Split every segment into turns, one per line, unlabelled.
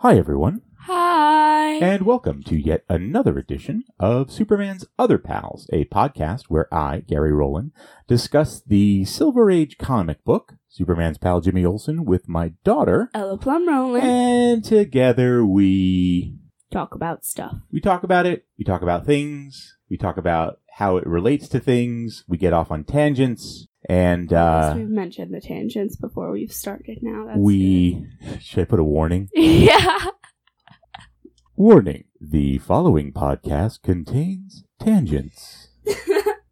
Hi, everyone,
Hi.
and welcome to yet another edition of Superman's Other Pals, a podcast where I, Gary Rowland, discuss the Silver Age comic book, Superman's pal Jimmy Olsen, with my daughter,
Ella Plum Rowland.
and together we
Talk about stuff.
we talk about it, we talk about things, we talk about how it relates to things, we get off on tangents, and
I guess
uh,
we've mentioned the tangents before we've started now. That's
we should I put a warning?
good. yeah.
Warning The following podcast contains tangents.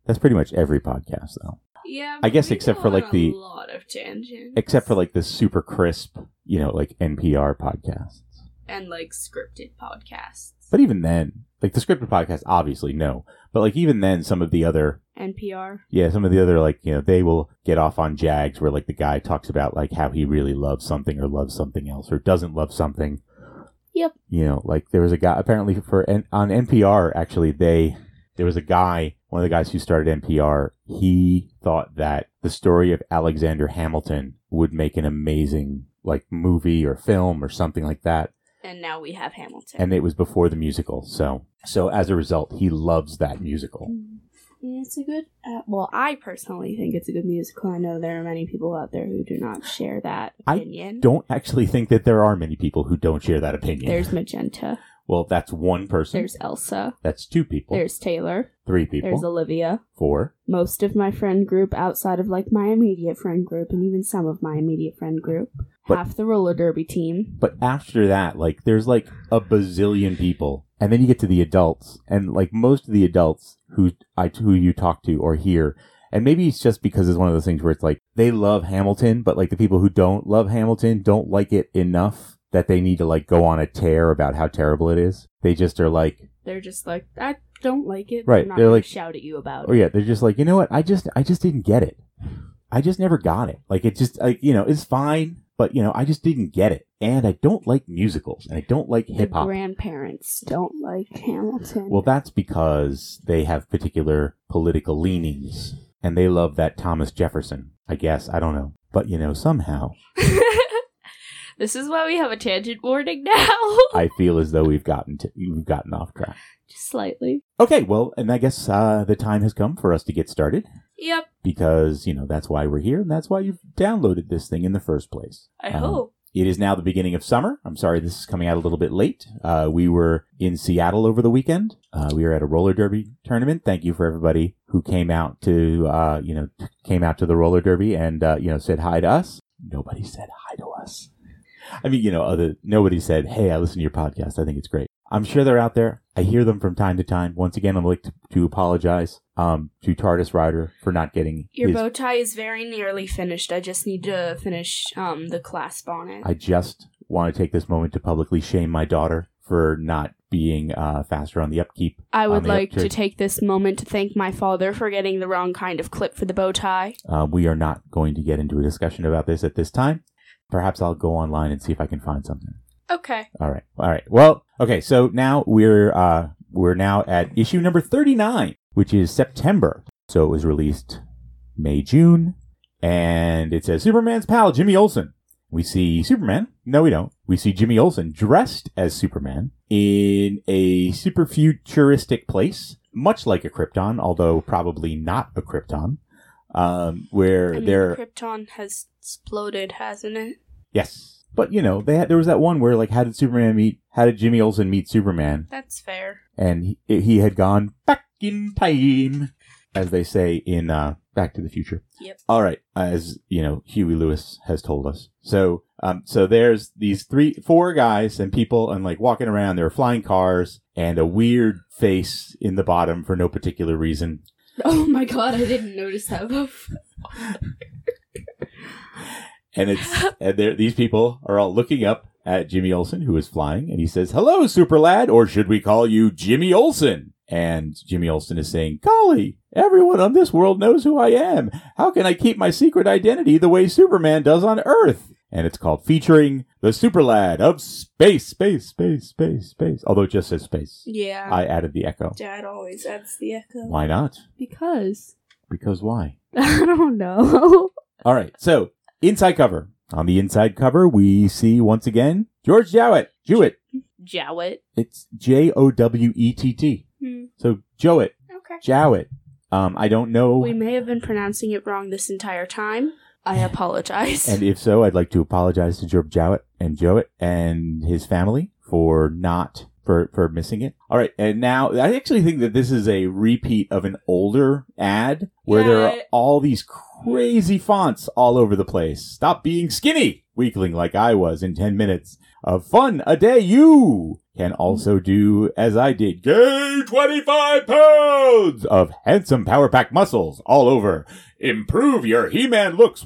That's pretty much every podcast, though.
yeah.
I guess
we
except
go
for, like,
on
the-
a lot of tangents,
Except for like the super crisp, you know, like NPR podcasts.
and like scripted podcasts.
But even then, like the scripted podcast, obviously, no. But like even then, some of the other,
NPR.
yeah, some of the other, like, you know, they will get off on jags where like the guy talks about like how he really loves something or loves something else or doesn't love something.
Yep.
you know, like there was a guy apparently for N- on NPR actually they there was a guy, one of the guys who started NPR, he thought that the story of Alexander Hamilton would make an amazing like movie or film or something like that,
And now we have Hamilton.
and it was before the musical. So, so as a result, he loves that musical.
Mm. It's a good. Uh, well, I personally think it's a good musical. I know there are many people out there who do not share that
I
opinion.
Don't actually think that there are many people who don't share that opinion.
There's Magenta.
well, that's one person.
There's Elsa.
that's two people.
There's Taylor.
three Oh. people.
There's Olivia.
four.
most of my friend group outside of like my immediate friend group and even some of my immediate friend group
But-
half the roller derby team
But after that, like, there's like a bazillion people, and then you get to the adults, and like most of the adults who I who you talk to or hear, and maybe it's just because it's one of those things where it's like they love Hamilton, but like the people who don't love Hamilton don't like it enough that they need to like go on a tear about how terrible it is. They just are like,
they're just like i don't like it
Right,
I'm not
they're
gonna
like-
shout at you about
Oh
it
yeah, they're just like, you know what? I just I just didn't get it. I just never got it. Like it just like you know, it's fine, but you know, I just didn't get it. And I don't like musicals and I don't like
the
hip hop.
grandparents don't like hamilton
Well, that's because they have particular political leanings and they love that Thomas Jefferson. I guess, I don't know. But you know, somehow
this is why we have a tangent warning now
I feel as though we've gotten to, we've gotten off track.
just slightly
Okay, well, and I guess uh, the time has come for us to get started
yep
because, you know, that's why we're here and that's why you've downloaded this thing in the first place.
i
Um,
hope
It is now the beginning of summer. I'm sorry this is coming out a little bit late. Uh, we were in Seattle over the weekend. Uh, we were at a roller derby tournament. Thank you for everybody who came out to uh, you know came out to the roller derby and uh, you know said hi to us. Nobody said hi to us. I mean, you know, other nobody said, "Hey, I listen to your podcast. I think it's great." I'm sure they're out there. I hear them from time to time. Once again, I'd like to, to apologize um, to TARDIS Rider for not getting
your
his
bow tie is very nearly finished i just need to finish um the clasp on it
I just want to take this moment to publicly shame my daughter for not being uh, faster on the upkeep.
I
on
would
the
like to
uptick.
take this moment to thank my father for getting the wrong kind of clip for the bow tie.
Um, we are not going to get into a discussion about this at this time. Perhaps I'll go online and see if I can find something.
Okay.
All right, all right. Well, okay. So now we're uh, we're now at issue number thirty nine, which is September. So it was released May June, and it says Superman's pal Jimmy Olsen. We see Superman. No, we don't. We see Jimmy Olsen dressed as Superman in a super futuristic place, much like a Krypton, although probably not a Krypton, um, where
I mean,
they're
Krypton has exploded, hasn't it?
yes. But you know, they had, there was that one where like, how did Superman meet? How did Jimmy Olsen meet Superman?
That's fair.
And he, he had gone back in time, as they say in uh, Back to the Future.
Yep.
All right, as you know, Huey Lewis has told us. So, um, so there's these three, four guys and people, and like walking around. There are flying cars and a weird face in the bottom for no particular reason.
Oh my god, I didn't notice that before.
And it's and there, these people are all looking up at Jimmy Olsen, who is flying, and he says, "Hello, Super Lad, or should we call you Jimmy Olsen?" And Jimmy Olsen is saying, "Golly, everyone on this world knows who I am. How can I keep my secret identity the way Superman does on Earth?" And it's called featuring the Super Lad of space, space, space, space, space. Although it just says space,
Yeah.
I added the echo.
Dad always adds the echo.
Why not?
Because.
Because why?
I don't know.
All right. So inside cover. On the inside cover, we see once again George Jowett Jewett.
Jowett.
It's J O W E T T.
Hmm.
So Jowett,
Okay.
Jowett. Um, I don't know,
We may have been pronouncing it wrong this entire time. I apologize.
and if so, I'd like to apologize to Job Jowett and Jowett and his family for not for for missing it. All right, and now I actually think that this is a repeat of an older ad where there
Yeah,
are
it-
all these crazy fonts all over the place. Stop being skinny, weakling like I was in ten minutes of fun a day. You can also do as I did, gain twenty five pounds of handsome power pack muscles all over. Improve your He Man looks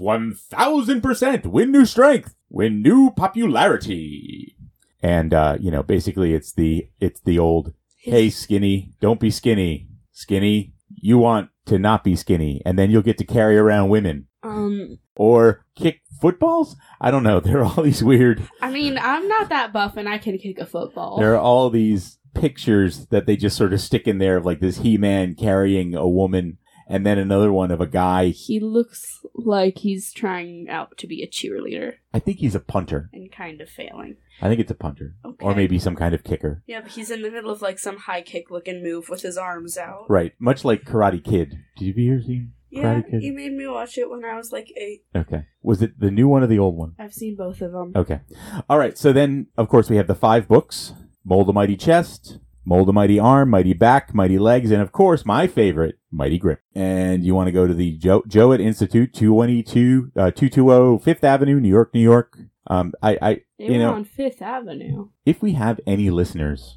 1000%. Win new strength. Win new popularity. And, uh, you know, basically it's the, it's the old, hey, skinny, don't be skinny. Skinny, you want to not be skinny. And then you'll get to carry around women
um,
or kick footballs. I don't know. There are all these weird,
I mean, I'm not that buff, and I can kick a football.
there are all these pictures that they just sort of stick in there of like this He Man carrying a woman and then another one of a guy.
he looks like he's trying out to be a cheerleader
I think he's a punter.
and kind of failing.
I think it's a punter.
Okay.
or maybe some kind of kicker.
Yeah, but he's in the middle of like some high kick looking move with his arms out.
Right, much like Karate Kid. Did you ever see?
Yeah,
Karate Kid.
you made me watch it when I was like eight.
Okay, was it the new one or the old one?
I've seen both of them.
Okay, all right. So then, of course, we have the five books: Mold a Mighty Chest, Mold a Mighty Arm, Mighty Back, Mighty Legs, and of course, my favorite, Mighty Grip. And you want to go to the jo- Jowett Institute, 222, uh, 220 Fifth Avenue, New York, New York. Um, I, I,
They
You
were
know-
on Fifth Avenue.
if we have any listeners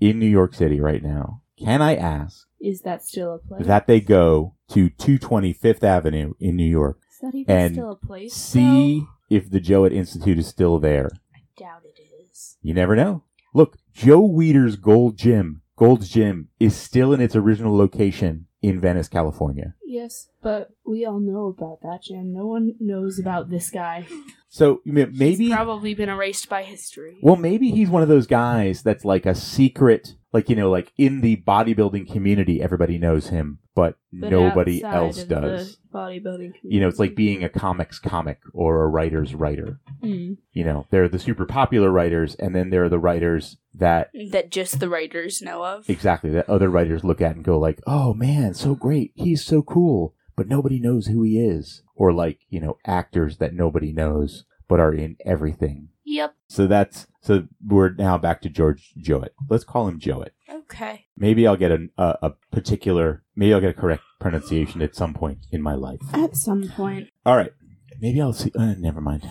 in New York City right now, can I ask?
Is that still a place?
that they go to 225th Avenue in New York.
Is that even
and
still a place?
See if the Jowett Institute is still there.
though? Doubt it is.
You never know. Look, Joe Weeder's Gold Gym, Gold's Gym, is still in its original location in Venice, California.
Yes, but we all know about that Jim. No one knows about this guy.
So m- maybe,
He's probably been erased by history.
well, maybe he's one of those guys that's like a secret, like, you know, like in the bodybuilding community, everybody knows him, but,
But
nobody
outside
else
of the
does.
Bodybuilding.
You know, it's like being a comics comic or a writer's writer.
community.
you know, there are the super popular writers, and then there are the writers that
Mm. that just the writers know of.
exactly that other writers look at and go like, "Oh man, so great, he's so cool," but nobody knows who he is, or like you know, actors that nobody knows but are in everything.
Yep.
So that's so we're now back to George Jowett. Let's call him Jowett.
Okay.
Maybe I'll get a, a, a particular, maybe I'll get a correct pronunciation at some point in my life.
At some point.
All right. Maybe I'll see. Uh, never mind.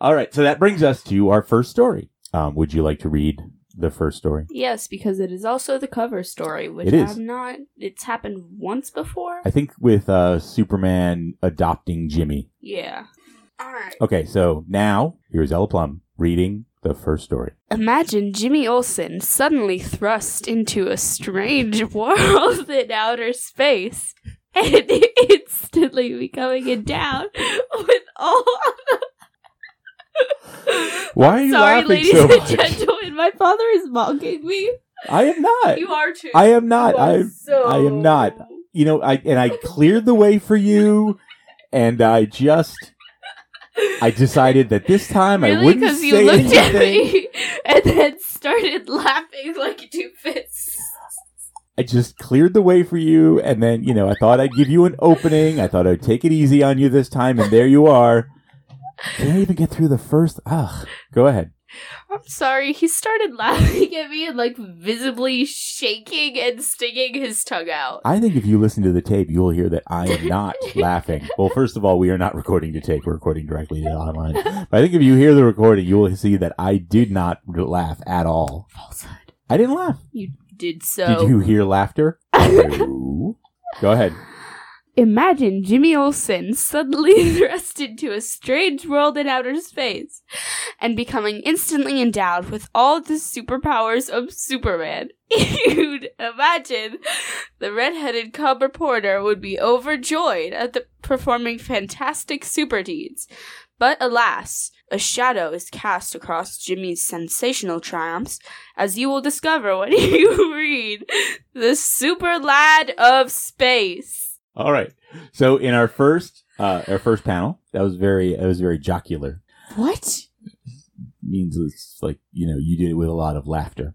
All right. So that brings us to our first story. Um, would you like to read the first story?
Yes, because it is also the cover story, which
It is.
I'm not. It's happened once before.
I think with uh, Superman adopting Jimmy.
yeah. All right.
Okay. So now here's Ella Plum reading the first story.
Imagine Jimmy Olsen suddenly thrust into a strange world in outer space and instantly becoming endowed with all.
Why are you
Sorry,
laughing
ladies
so
and
much?
gentlemen, my father is mocking me.
I am not.
You are too.
I am not.
You are
I
so-
I am not. you know I and I cleared the way for you, and I just I decided that this time I
Really?
wouldn't
Because
say
you looked at
anything.
me and then started laughing like two fits.
I just cleared the way for you, and then you know I thought I'd give you an opening. I thought I'd take it easy on you this time, and there you are. Did I even get through the first? Ugh. Go ahead.
I'm sorry. He started laughing at me and like visibly shaking and stinging his tongue out.
I think if you listen to the tape, you will hear that I am not laughing. Well, first of all, we are not recording to tape; we're recording directly to online. But I think if you hear the recording, you will see that I did not laugh at all.
Falsehood.
I didn't laugh.
You did so.
Did you hear laughter? No. Go ahead.
Imagine Jimmy Olsen suddenly thrust into a strange world in outer space and becoming instantly endowed with all the superpowers of Superman. You'd imagine the red-headed cub reporter would be overjoyed at the performing fantastic super deeds. But alas, a shadow is cast across Jimmy's sensational triumphs, as you will discover when you read The Super Lad of Space.
All right. So in our first uh, our first panel, that was very that was very jocular.
What?
means it's like you know you did it with a lot of laughter.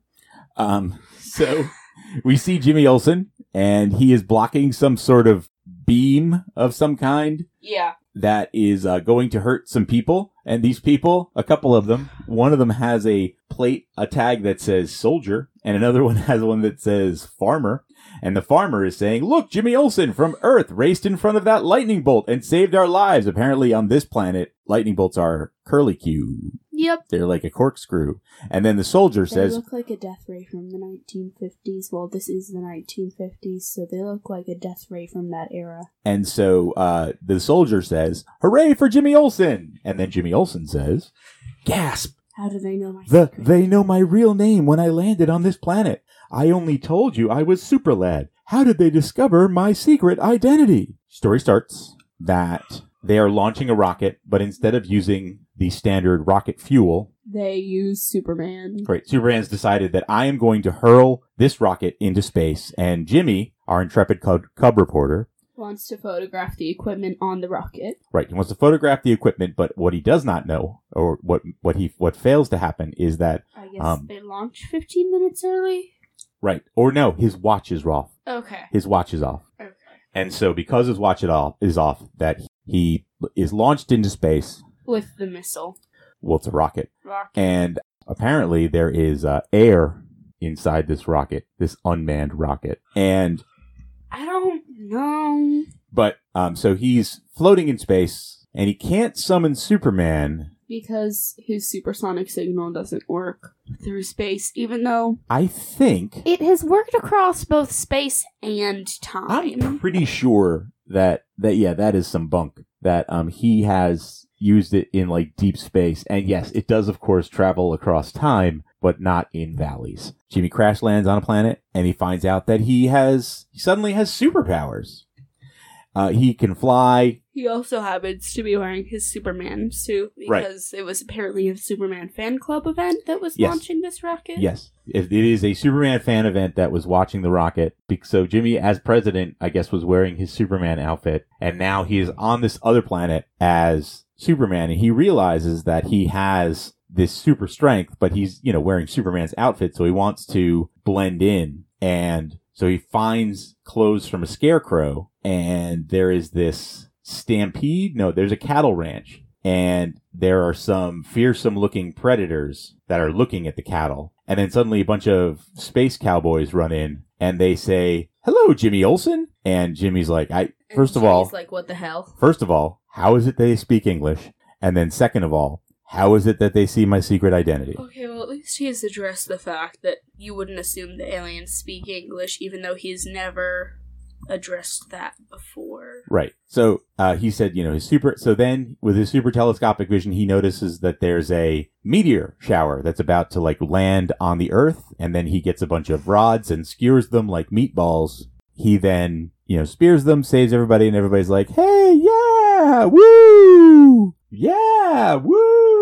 Um, so we see Jimmy Olsen, and he is blocking some sort of beam of some kind
Yeah.
that is uh, going to hurt some people. And these people, a couple of them, one of them has a plate, a tag that says soldier, and another one has one that says farmer. And the farmer is saying, Look, Jimmy Olsen from Earth raced in front of that lightning bolt and saved our lives. Apparently, on this planet, lightning bolts are curlicue.
Yep.
They're like a corkscrew. And then the soldier
They
says,
look like a death ray from the 1950s. Well, this is the 1950s, so they look like a death ray from that era.
And so uh, the soldier says, Hooray for Jimmy Olsen! And then Jimmy Olsen says, Gasp!
How do they know my
The,
secret?
they know my real name when I landed on this planet. I only told you I was Super Lad. How did they discover my secret identity? Story starts that they are launching a rocket, but instead of using the standard rocket fuel,
They use Superman.
great, Superman's decided that I am going to hurl this rocket into space. And Jimmy, our intrepid cub, cub reporter,
Wants to photograph the equipment on the rocket.
Right. He wants to photograph the equipment, but what he does not know, or what what he what fails to happen, is that
I guess
Um,
they launched 15 minutes early.
right or no, his watch is off.
Okay.
His watch is off,
Okay.
and so because his watch it off is off, that he is launched into space.
With the missile.
Well, it's a rocket,
Rocket.
and apparently there is uh, air inside this rocket, this unmanned rocket, and
I don't know.
but um, so he's floating in space, and he can't summon Superman.
Because his supersonic signal doesn't work through space, even though
I think
It has worked across both space and
I'm
time.
pretty sure that that yeah, that is some bunk. That um he has used it in like deep space, and yes, it does of course travel across time, but not in valleys. Jimmy crash lands on a planet, and he finds out that he has he suddenly has superpowers. Uh, he can fly.
He also happens to be wearing his Superman suit
Right.
because it was apparently a Superman fan club event that was
Yes.
launching this rocket.
Yes, it, it is a Superman fan event that was watching the rocket. Be- So Jimmy, as president, I guess, was wearing his Superman outfit, and now he is on this other planet as Superman, and he realizes that he has this super strength, but he's you know wearing Superman's outfit, so he wants to blend in, and so he finds clothes from a scarecrow, and there is this stampede. No, there's a cattle ranch. And there are some fearsome looking predators that are looking at the cattle. And then suddenly a bunch of space cowboys run in and they say, Hello, Jimmy Olsen. And Jimmy's like, I,
And
first of
Jimmy's
all,
like, what the hell?
First of all, how is it they speak English? And then, second of all, how is it that they see my secret identity?
Okay, well, at least he has addressed the fact that you wouldn't assume the aliens speak English, even though he's never addressed that before.
Right. So uh, he said, you know, his super. So then, with his super telescopic vision, he notices that there's a meteor shower that's about to like land on the Earth, and then he gets a bunch of rods and skewers them like meatballs. He then, you know, spears them, saves everybody, and everybody's like, "Hey, yeah, woo, yeah,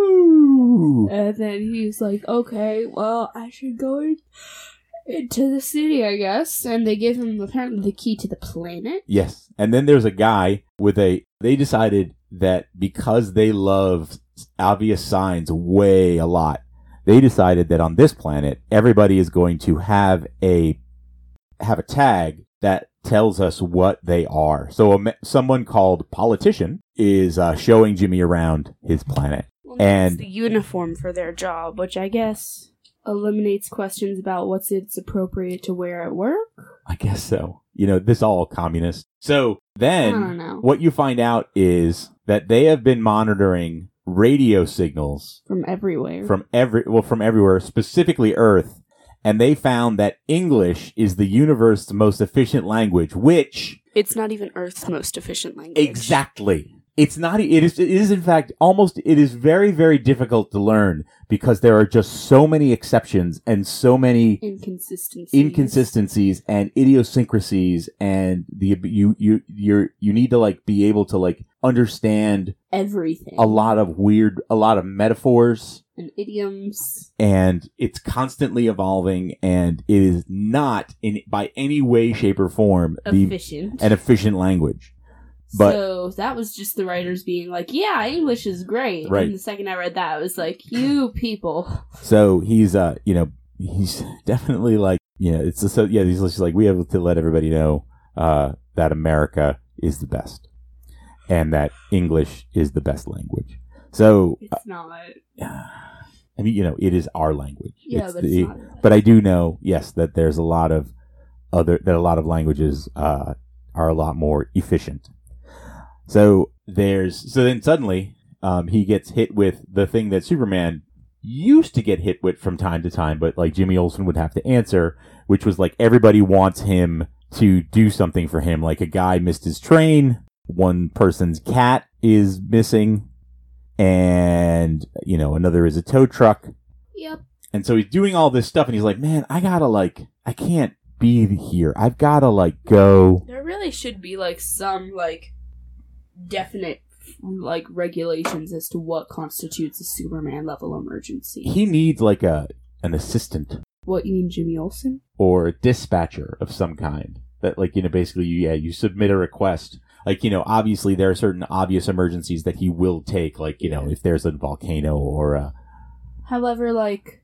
woo."
And then he's like, okay, well, I should go in- into the city, I guess. And they give him apparently the key to the planet.
Yes. And then there's a guy with a they decided that because they love obvious signs way a lot, they decided that on this planet everybody is going to have a have a tag that tells us what they are. So a, ma- someone called politician is uh, showing Jimmy around his planet.
Well,
And-
it's the uniform for their job, which I guess
Eliminates questions about what's it's appropriate to wear at work.
I guess so. You know, this all communist. So
I
then
don't know.
what you find out is that they have been monitoring radio signals
From everywhere.
from every well from everywhere specifically earth and they found that english is the universe's most efficient language which
it's not even Earth's most efficient language.
exactly it's not it is it is in fact almost it is very very difficult to learn because there are just so many exceptions and so many
inconsistency.
inconsistencies and idiosyncrasies and the you you you're you need to like be able to like understand
Everything.
a lot of weird a lot of metaphors
and idioms.
and it's constantly evolving and it is not in by any way shape or form the,
Efficient.
an efficient language But-
so that was just the writers being like, "Yeah, English is great."
Right.
And the second I read that, I was like, "You people."
So he's, uh, you know, he's definitely like, you know, it's so yeah. He's just like, we have to let everybody know uh, that America is the best, and that English is the best language. So,
It's not.
uh, I mean, you know, it is our language.
Yeah,
It's
but it's
the-
not.
but I do know, yes, that there's a lot of other that a lot of languages uh, are a lot more efficient. So there's so then suddenly um, he gets hit with the thing that Superman used to get hit with from time to time, but like Jimmy Olsen would have to answer, which was like everybody wants him to do something for him. Like a guy missed his train, one person's cat is missing, and you know another is a tow truck.
Yep.
And so he's doing all this stuff, and he's like, "Man, I gotta like, I can't be here. I've gotta like go."
There really should be like some like definite like regulations as to what constitutes a Superman level emergency.
He needs like a an assistant
What you mean, Jimmy Olsen?
or a dispatcher of some kind. That like you know, basically, you, yeah, you submit a request. Like you know, obviously there are certain obvious emergencies that he will take. Like you know, if there's a volcano or a
However, like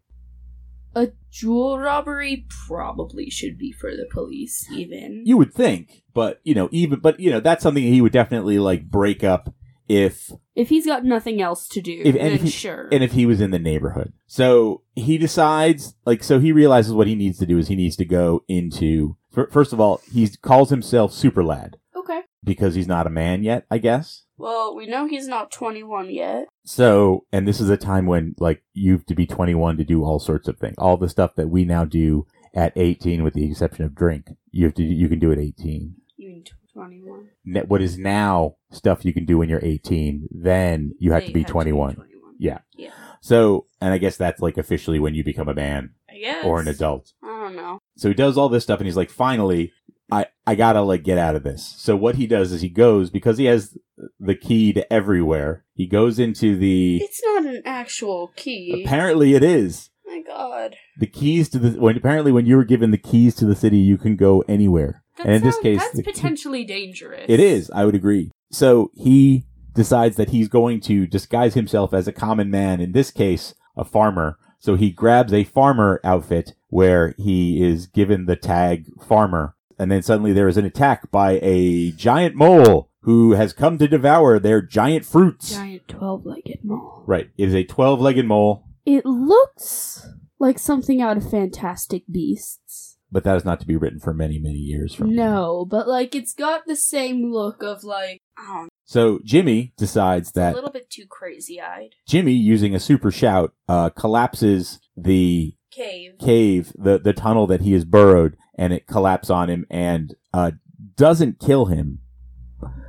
a jewel robbery probably should be for the police, even.
you would think, but you know, even but you know, that's something he would definitely like break up if
if he's got nothing else to do,
If- and
then
if he-
sure.
and if he was in the neighborhood. So he decides, like, so he realizes what he needs to do is he needs to go into. fir- First of all, he calls himself Super Lad
okay.
because he's not a man yet, I guess.
Well, we know he's not 21 yet.
So, and this is a time when, like, you have to be 21 to do all sorts of things. All the stuff that we now do at 18, with the exception of drink, you have to, you can do at 18.
You mean 21.
Ne- What is now stuff you can do when you're 18, then you have to be 21. Yeah.
Yeah.
So, and I guess that's like officially when you become a man
I guess.
or an adult.
I don't know.
So he does all this stuff and he's like, finally, I, I gotta like get out of this. So what he does is he goes, because he has the key to everywhere, he goes into the,
It's not an actual key.
apparently it is.
My god.
The keys to the, when, apparently when you were given the keys to the city, you can go anywhere.
That
and in this
sounds-
case,
that's
the key-
potentially dangerous.
it is, I would agree. So he decides that he's going to disguise himself as a common man, in this case, a farmer. So he grabs a farmer outfit where he is given the tag farmer. And then suddenly there is an attack by a giant mole who has come to devour their giant fruits.
Giant twelve-legged mole.
Right. It is a 12 legged mole,
It looks like something out of Fantastic Beasts.
but that is not to be written for many, many years from now.
No, but like it's got the same look of like
I don't know.
So Jimmy decides
It's
that
a little bit too crazy eyed.
Jimmy, using a super shout, uh, collapses the
Cave.
cave, the the tunnel that he is burrowed, and it collapsed on him and uh, doesn't kill him,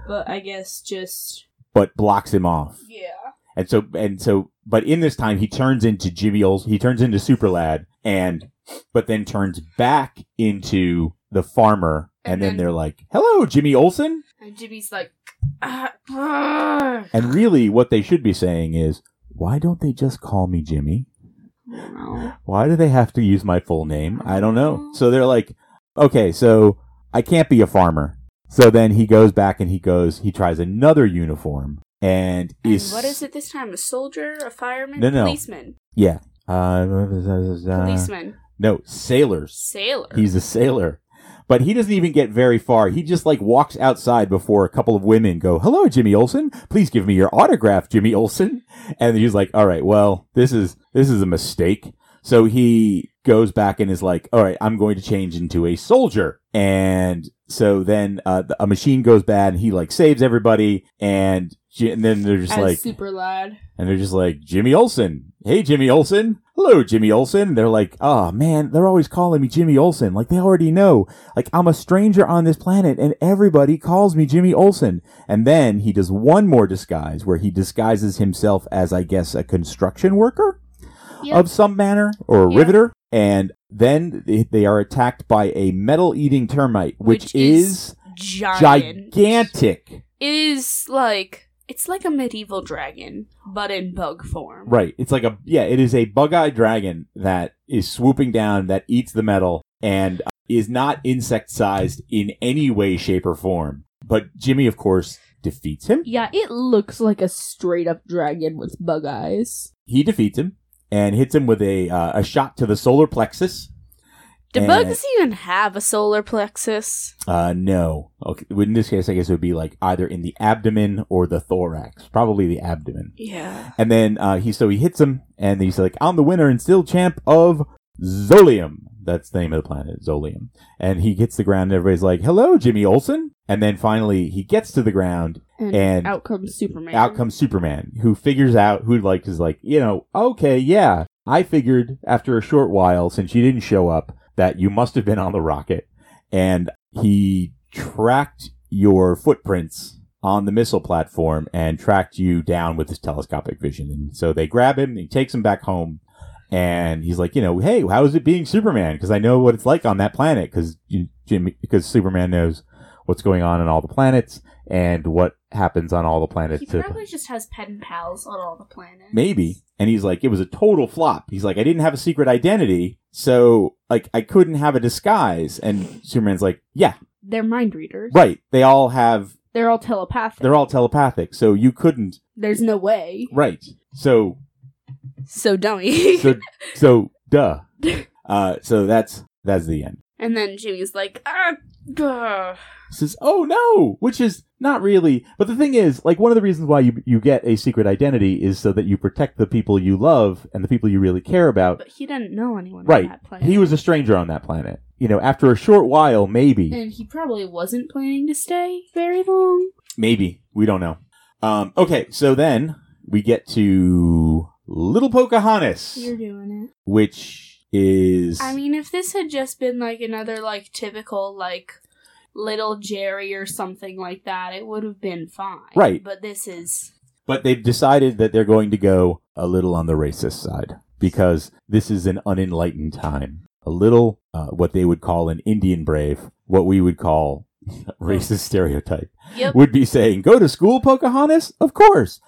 but I guess just
but blocks him off.
yeah.
And so and so, but in this time he turns into Jimmy Olsen. He turns into Super Lad, and but then turns back into the farmer. And,
And
then,
then-
they're like, "Hello, Jimmy Olsen."
And Jimmy's like, "Ah,
ah."
brr."
And really, what they should be saying is, "Why don't they just call me Jimmy?
I don't know.
Why do they have to use my full name? I don't know."
Mm.
So they're like, "Okay, so I can't be a farmer. So then he goes back and he goes, he tries another uniform and
And
is.
what is it this time? A soldier? A fireman?
No, no.
Policeman.
Yeah. Uh, Policeman.
Policeman.
No, sailors.
Sailor.
He's a sailor. But he doesn't even get very far. He just like walks outside before a couple of women go, Hello, Jimmy Olsen. Please give me your autograph, Jimmy Olsen. And he's like, All right, well, this is this is a mistake. So he goes back and is like, All right, I'm going to change into a soldier. And so then uh, the- a machine goes bad and he like saves everybody. And, j- and then they're just
As
like,
super lad.
and they're just like, Jimmy Olsen. Hey, Jimmy Olsen. Hello, Jimmy Olsen. They're like, oh man, they're always calling me Jimmy Olsen. Like they already know. Like I'm a stranger on this planet and everybody calls me Jimmy Olsen. And then he does one more disguise where he disguises himself as, I guess, a construction worker
Yep.
of some manner or a
Yeah.
riveter. And then they- they are attacked by a metal eating termite, which,
Which is
is
giant.
gigantic.
It is like it's like a medieval dragon, but in bug form.
Right. It's like a yeah. It is a bug-eyed dragon that is swooping down that eats the metal and uh, is not insect-sized in any way, shape, or form. But Jimmy, of course, defeats him.
Yeah, it looks like a straight up dragon with bug eyes.
He defeats him and hits him with a uh, a shot to the solar plexus.
Do
And-
bugs even have a solar plexus?
Uh, no. Okay. In this case, I guess it would be like either in the abdomen or the thorax. Probably the abdomen.
Yeah.
And then uh, he so he hits him, and he's like, "I'm the winner and still champ of Zolium." That's the name of the planet, Zolium. And he hits the ground, and everybody's like, "Hello, Jimmy Olsen." And then finally, he gets to the ground,
And,
and
out comes Superman.
out comes Superman, who figures out who like is like, you know, okay, yeah, I figured after a short while since you didn't show up that you must have been on the rocket, and he tracked your footprints on the missile platform and tracked you down with his telescopic vision. And so they grab him, he takes him back home. And he's like, you know, hey, how is it being Superman? Because I know what it's like on that planet. Because Jimmy, because Superman knows what's going on in all the planets and what happens on all the planets.
He
to the-
probably just has pen pals on all the planets.
maybe and he's like it was a total flop he's like i didn't have a secret identity so like i couldn't have a disguise and superman's like yeah
They're mind readers.
right they all have
They're all telepathic.
they're all telepathic so you couldn't
There's no way.
right so
So dummy.
so so duh uh so that's that's the end
and then Jimmy's like, ah, duh.
says oh no which is not really but the thing is like one of the reasons why you you get a secret identity is so that you protect the people you love and the people you really care about
But he didn't know anyone
Right.
on that planet.
he was a stranger on that planet you know after a short while maybe
And he probably wasn't planning to stay very long.
Maybe. We don't know. Um, okay, so then we get to Little Pocahontas,
You're doing it.
which is.
I mean, if this had just been like another like typical like little Jerry or something like that, it would have been fine.
Right.
But this is
but they've decided that they're going to go a little on the racist side because this is an unenlightened time. A little, uh, what they would call an Indian brave, what we would call racist stereotype,
yep.
would be saying, Go to school, Pocahontas? Of course.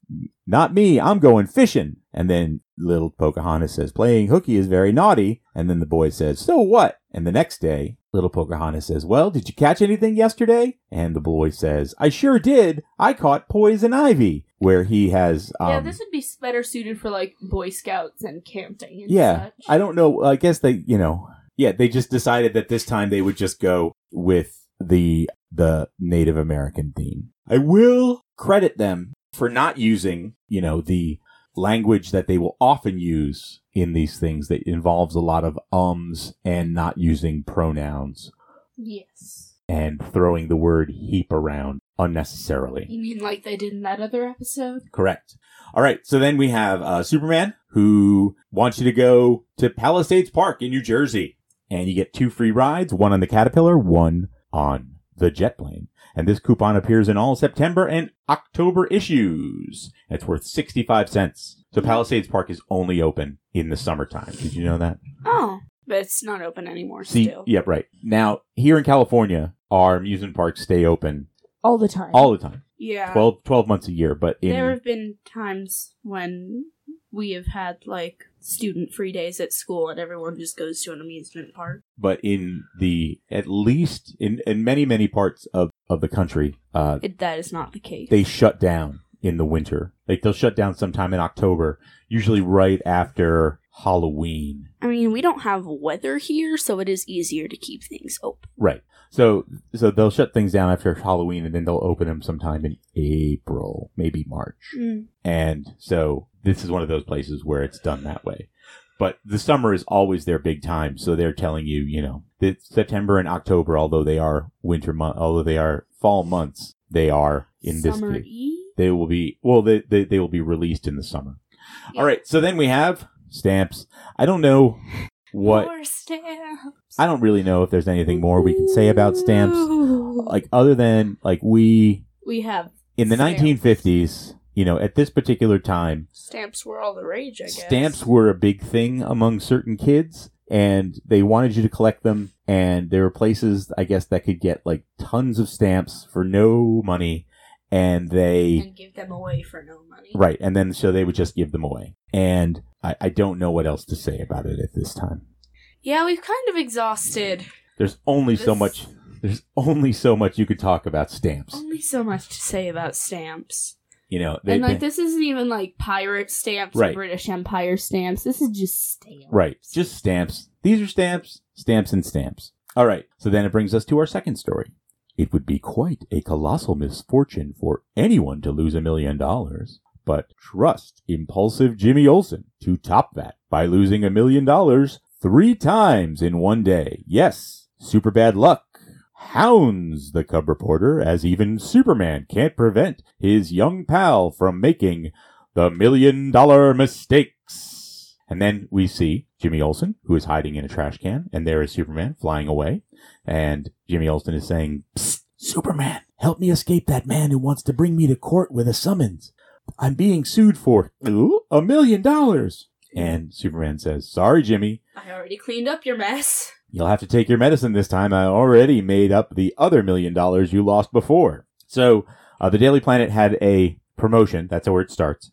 Not me. I'm going fishing. And then little Pocahontas says, Playing hooky is very naughty. And then the boy says, So what? And the next day, little Pocahontas says, Well, did you catch anything yesterday? And the boy says, I sure did. I caught poison ivy, where he has. Um,
yeah, this would be better suited for like Boy Scouts and camping and
yeah,
such.
I don't know. I guess they, you know, yeah, they just decided that this time they would just go with the the Native American theme. I will credit them for not using, you know, the language that they will often use in these things that involves a lot of ums and not using pronouns
yes.
and throwing the word heap around unnecessarily.
You mean like they did in that other episode?
Correct. All right. So then we have uh, Superman who wants you to go to Palisades Park in New Jersey. And you get two free rides one on the Caterpillar, one on the jet plane. And this coupon appears in all September and October issues. It's worth 65 cents. So Palisades Park is only open in the summertime. Did you know that?
Oh, but it's not open anymore.
See,
still.
yep, right. Now, here in California, our amusement parks stay open
All the time.
all the time,
Yeah.
12, 12 months a year. But in,
there have been times when we have had like student free days at school and everyone just goes to an amusement park.
but in the at least in, in many many parts of of the country uh
It, that is not the case.
they shut down in the winter like they'll shut down sometime in october usually right after halloween
I mean, we don't have weather here, so it is easier to keep things open.
right so so they'll shut things down after halloween and then they'll open them sometime in april maybe march
Mm.
and so this is one of those places where it's done that way but the summer is always their big time so they're telling you you know that september and october although they are winter month although they are fall months they are in this
Summer
case
E?
they will be well they, they, they will be released in the summer all right so then we have stamps i don't know what
More stamps.
i don't really know if there's anything more we can say about stamps
Ooh.
like other than like we
We have
in the
Stamps.
1950s you know at this particular time
Stamps were all the rage, I guess.
stamps were a big thing among certain kids and they wanted you to collect them and there were places i guess that could get like tons of stamps for no money and they
and give them away for no money.
right and then so they would just give them away and i, I don't know what else to say about it at this time
Yeah, we've kind of exhausted.
there's only so
This-
much There's only so much you could talk about stamps.
Only so much to say about stamps.
You know, they,
and like
they-
this isn't even like pirate stamps
Right.
or British Empire stamps. This is just stamps.
Right. Just stamps. These are stamps, stamps, and stamps. All right. So then it brings us to our second story. It would be quite a colossal misfortune for anyone to lose a million dollars, but trust impulsive Jimmy Olsen to top that by losing a million dollars three times in one day. Yes, super bad luck hounds the cub reporter as even Superman can't prevent his young pal from making the million dollar mistakes. And then we see Jimmy Olsen, who is hiding in a trash can, and there is Superman flying away. And Jimmy Olsen is saying, Psst, Superman, help me escape that man who wants to bring me to court with a summons. I'm being sued for ooh, a million dollars. And Superman says, Sorry, Jimmy,
I already cleaned up your mess.
You'll have to take your medicine this time. I already made up the other million dollars you lost before. So, uh, the Daily Planet had a promotion. That's where it starts,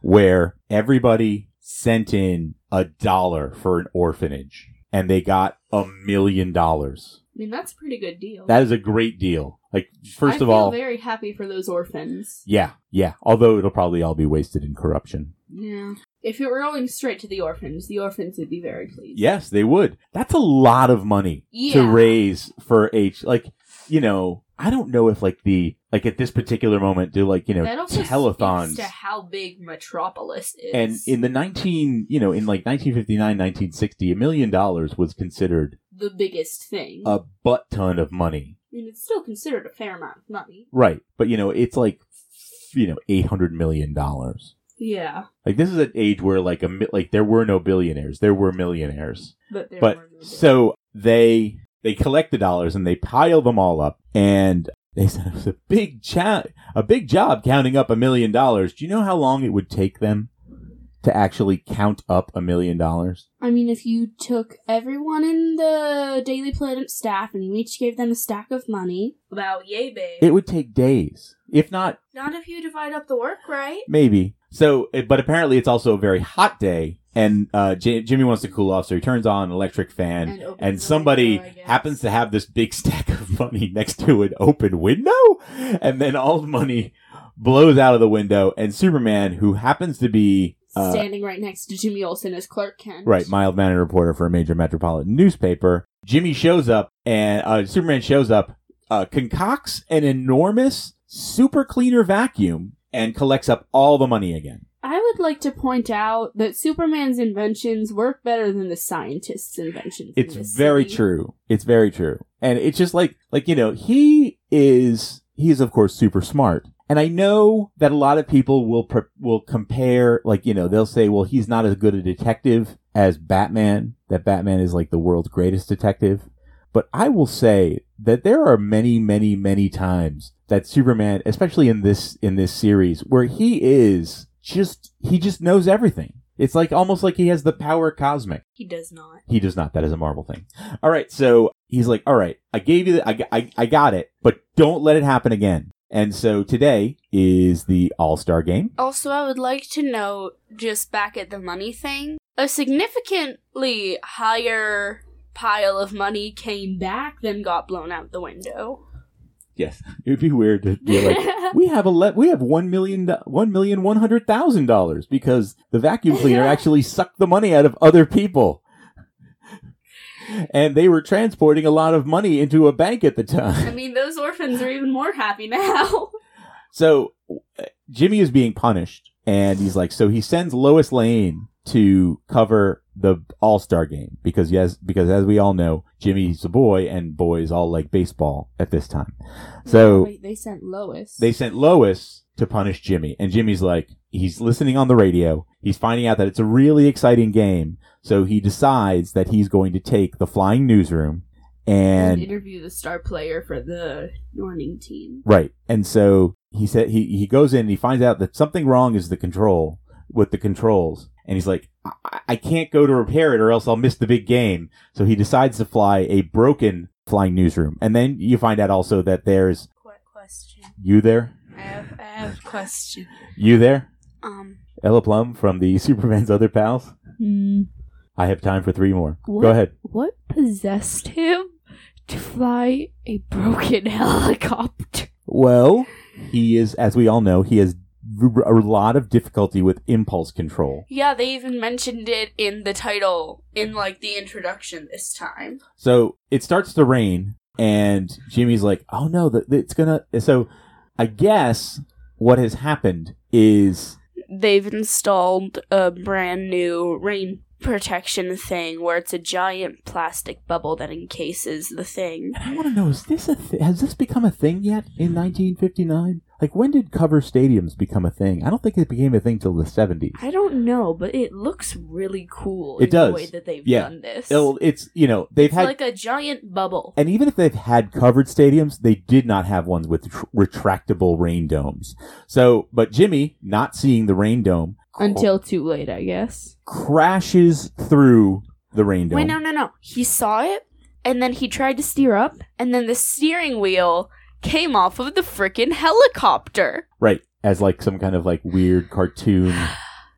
where everybody sent in a dollar for an orphanage, and they got a million dollars.
I mean, that's a pretty good deal.
That is a great deal. Like, first
I
of all,
feel very happy for those orphans.
yeah, yeah. Although it'll probably all be wasted in corruption.
Yeah. If it were going straight to the orphans, the orphans would be very pleased.
Yes, they would. That's a lot of money.
Yeah.
to raise for H. Like, you know, I don't know if like the like at this particular moment do like you know
that also
telethons
speaks to how big Metropolis is.
and in the 19 you know in like 1959 1960 a million dollars was considered
the biggest thing.
a butt ton of money
I mean, it's still considered a fair amount of money.
right but you know it's like you know 800 million dollars
Yeah,
like this is an age where like a mi- like there were no billionaires there were millionaires
but there
but
were no
so they they collect the dollars and they pile them all up and they said it was a big cha- a big job counting up a million dollars. Do you know how long it would take them to actually count up a million dollars?
I mean, if you took everyone in the Daily Planet staff and you each gave them a stack of money, about yay big.
It would take days, if not
Not if you divide up the work right.
maybe. So, it- but apparently it's also a very hot day, and uh, J- Jimmy wants to cool off, so he turns on an electric fan,
open the
and somebody
door, oh, I guess.
happens to have this big stack of money next to an open window, and then all the money blows out of the window, and Superman, who happens to be uh,
standing right next to Jimmy Olsen as Clark Kent.
right mild mannered reporter for a major metropolitan newspaper, Jimmy shows up, and uh, Superman shows up, uh, concocts an enormous super cleaner vacuum, and collects up all the money again.
I would like to point out that Superman's inventions work better than the scientists' inventions. in
It's
this
very
city.
true. It's very true. And it's just like, like, you know, he is, he is of course super smart. And I know that a lot of people will, pre- will compare, like, you know, they'll say, well, he's not as good a detective as Batman, that Batman is like the world's greatest detective. But I will say that there are many, many, many times that Superman, especially in this, in this series where he is just, he just knows everything. It's like almost like he has the power cosmic.
He does not.
He does not. That is a Marvel thing. All right. So he's like, all right, I gave you the, I, I, I got it, but don't let it happen again. And so today is the All Star game.
Also, I would like to note, just back at the money thing, a significantly higher pile of money came back than got blown out the window.
Yes. It would be weird to be like, we have a le- we have one million do- one million one hundred thousand dollars because the vacuum cleaner actually sucked the money out of other people. And they were transporting a lot of money into a bank at the time.
I mean, those orphans are even more happy now.
So uh, Jimmy is being punished, and he's like, so he sends Lois Lane to cover the All Star game because yes, because as we all know, Jimmy's a boy, and boys all like baseball at this time. So
Wait, they sent Lois.
they sent Lois to punish Jimmy, and Jimmy's like, he's listening on the radio. He's finding out that it's a really exciting game, so he decides that he's going to take the flying newsroom and
interview the star player for the morning team.
Right. And so he said he, he goes in and he finds out that something wrong is the control with the controls. And he's like, I- I, I can't go to repair it or else I'll miss the big game. So he decides to fly a broken flying newsroom. And then you find out also that there's
What question?
you there,
I have, I have a question.
you there,
Um,
Ella Plum from the Superman's Other Pals. I have time for three more.
Hmm, What?
Go ahead.
what possessed him to fly a broken helicopter.
Well, he is, as we all know, he has r- a lot of difficulty with impulse control.
Yeah, they even mentioned it in the title, in like the introduction this time.
So it starts to rain, and Jimmy's like, "Oh no, the, the- it's gonna." So I guess what has happened is
They've installed a brand new rain protection thing where it's a giant plastic bubble that encases the thing.
I want to know: is this a th- has this become a thing yet in 1959? Like, when did cover stadiums become a thing? I don't think it became a thing till the 70s.
I don't know, but it looks really cool.
It
in
does.
the way that they've
Yeah.
done this.
It'll- it's you know they've
it's
had
like a giant bubble.
And even if they've had covered stadiums, they did not have ones with tr- retractable rain domes. So, but Jimmy, not seeing the rain dome,
Until too late, I guess.
crashes through the rain dome.
Wait, no, no, no. He saw it, and then he tried to steer up, and then the steering wheel came off of the freaking helicopter.
Right, as like some kind of like weird cartoon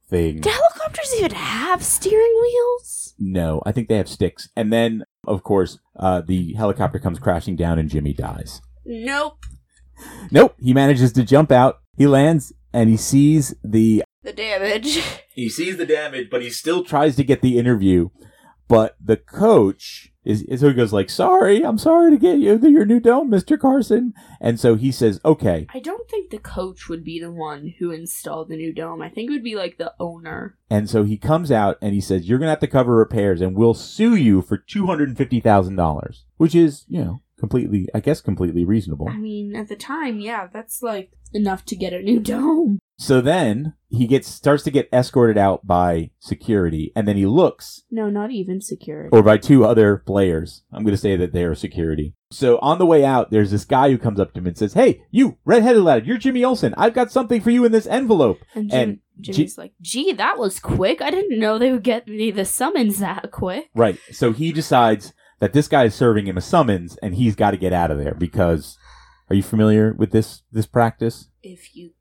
thing.
Do helicopters even have steering wheels?
No, I think they have sticks. And then, of course, uh, the helicopter comes crashing down and Jimmy dies.
Nope.
Nope, he manages to jump out. He lands and he sees the
The damage.
he sees the damage, but he still tries to get the interview. But the coach is, is- so he goes like, "Sorry, I'm sorry to get you your new dome, Mister Carson." And so he says, "Okay."
I don't think the coach would be the one who installed the new dome. I think it would be like the owner.
And so he comes out and he says, "You're gonna have to cover repairs, and we'll sue you for two hundred and fifty thousand dollars," which is you know completely, I guess, completely reasonable.
I mean, at the time, yeah, that's like enough to get a new dome.
So then he gets starts to get escorted out by security, and then he looks
No, not even security.
or by two other players. I'm going to say that they are security. So on the way out, there's this guy who comes up to him and says, "Hey, you redheaded lad, you're Jimmy Olsen. I've got something for you in this envelope."
And, Jim,
and
Jimmy's like, gee, that was quick. I didn't know they would get me the summons that quick.
Right. So he decides that this guy is serving him a summons, and he's got to get out of there because. Are you familiar with this this practice?
If you,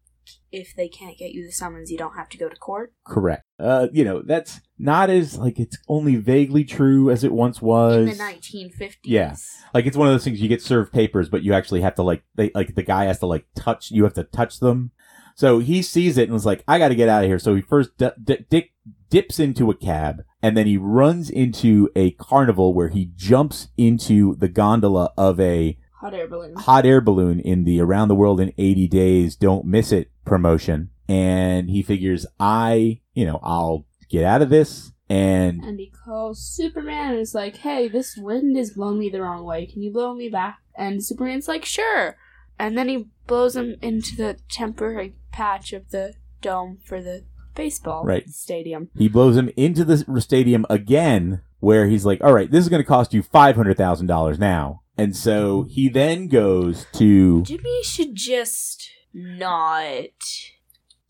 if they can't get you the summons, you don't have to go to court.
Correct. Uh, you know that's not as like it's only vaguely true as it once was.
In the 1950s.
Yeah. like it's one of those things you get served papers but you actually have to like they like the guy has to like touch you have to touch them so he sees it and was like i gotta get out of here so he first d- d- dick dips into a cab and then he runs into a carnival where he jumps into the gondola of a
Hot air balloon.
hot air balloon in the around the world in 80 days don't miss it promotion and he figures i you know i'll get out of this and
And he calls Superman and is like, hey, this wind is blowing me the wrong way. Can you blow me back?
And Superman's like, sure. And then he blows him into the temporary patch of the dome for the baseball
Right.
stadium.
He blows him into the stadium again, where he's like, all right, this is going to cost you $500,000 now. And so he then goes to.
Jimmy should just not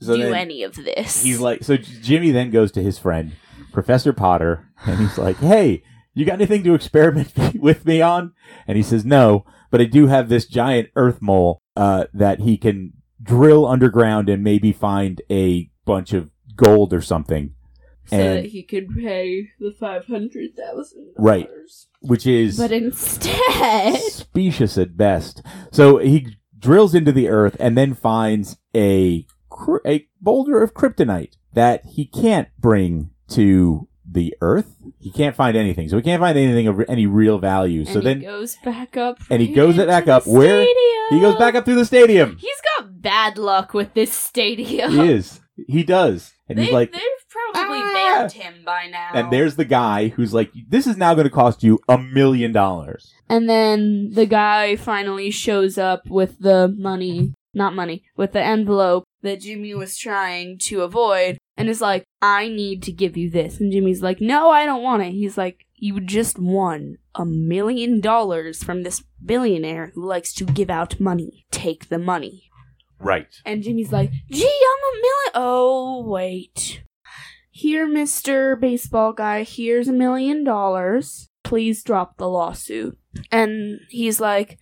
So
do
then
any of this.
he's like, so J- Jimmy then goes to his friend, Professor Potter, and he's like, hey, you got anything to experiment with me on? And he says, no, but I do have this giant earth mole uh, that he can drill underground and maybe find a bunch of gold or something.
So
And-
that he could pay the 500000
Right. Which is
But instead,
specious at best. So he drills into the earth and then finds a cr- a boulder of kryptonite that he can't bring to the earth. He can't find anything, so he can't find anything of any real value. so
and
then
he goes back up.
and he goes
into
back
the
up. Where-
stadium.
he goes back up through the stadium.
He's got bad luck with this stadium.
he is. He does, and he's like.
they've probably
"Ah!"
banned him by now.
And there's the guy who's like, "This is now going to cost you a million dollars."
And then the guy finally shows up with the money, not money, with the envelope
that Jimmy was trying to avoid.
and is like, I need to give you this. And Jimmy's like, No, I don't want it. He's like,
You just won a million dollars from this billionaire who likes to give out money. Take the money.
Right.
And Jimmy's like, gee, I'm a million. Oh, wait. Here, Mr. Baseball Guy, here's a million dollars. Please drop the lawsuit. And he's like,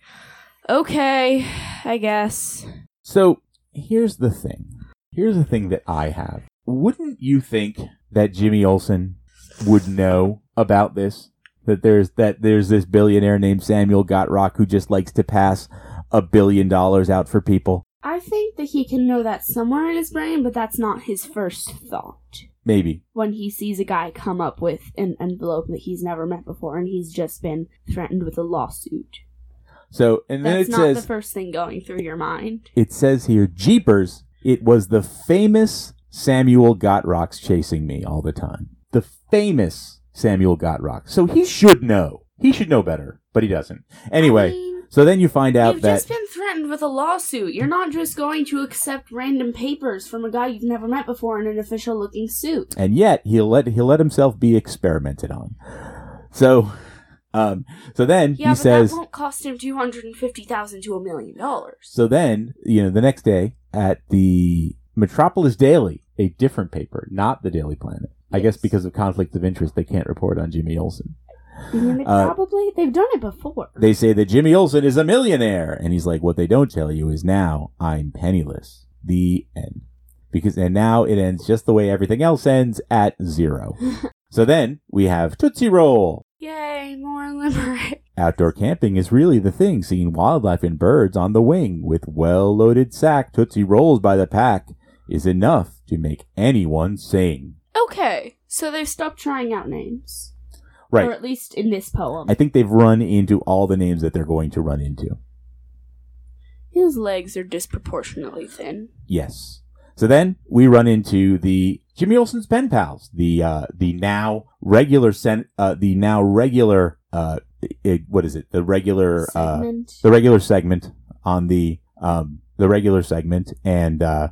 okay, I guess.
So here's the thing. Here's the thing that I have. Wouldn't you think that Jimmy Olsen would know about this? that there's that there's this billionaire named Samuel Gotrock who just likes to pass a billion dollars out for people.
I think that he can know that somewhere in his brain, but that's not his first thought.
Maybe.
When he sees a guy come up with an envelope that he's never met before and he's just been threatened with a lawsuit.
So and then
That's
it
not
says
the first thing going through your mind.
it says here, Jeepers, it was the famous Samuel Gotrocks chasing me all the time. The famous Samuel Gotrock. So he should know. He should know better, but he doesn't. Anyway,
I mean,
so then you find out
You've
that
just been threatened with a lawsuit. You're not just going to accept random papers from a guy you've never met before in an official looking suit.
and yet he'll let he'll let himself be experimented on. So um so then
Yeah,
he
but
says
that won't cost him two hundred and fifty thousand to a million dollars.
So then, you know, the next day at the Metropolis Daily, a different paper, not the Daily Planet. I guess
Yes.
because of conflict of interest, they can't report on Jimmy Olsen. Uh,
probably they've done it before.
They say that Jimmy Olsen is a millionaire, and he's like, "What they don't tell you is now I'm penniless." The end. Because and now it ends just the way everything else ends at zero. so then we have Tootsie Roll.
Yay, more limerick.
Outdoor camping is really the thing, seeing wildlife and birds on the wing with well loaded sack, Tootsie Rolls by the pack, is enough to make anyone sing.
Okay, so they've stopped trying out names, or
Right.
at least in this poem.
I think they've run into all the names that they're going to run into.
His legs are disproportionately thin.
Yes. So then we run into the Jimmy Olsen's pen pals, the uh, the now regular sen- uh, the now regular uh, i- what is it? The regular uh,
Segment.
the regular segment on the um the regular segment and uh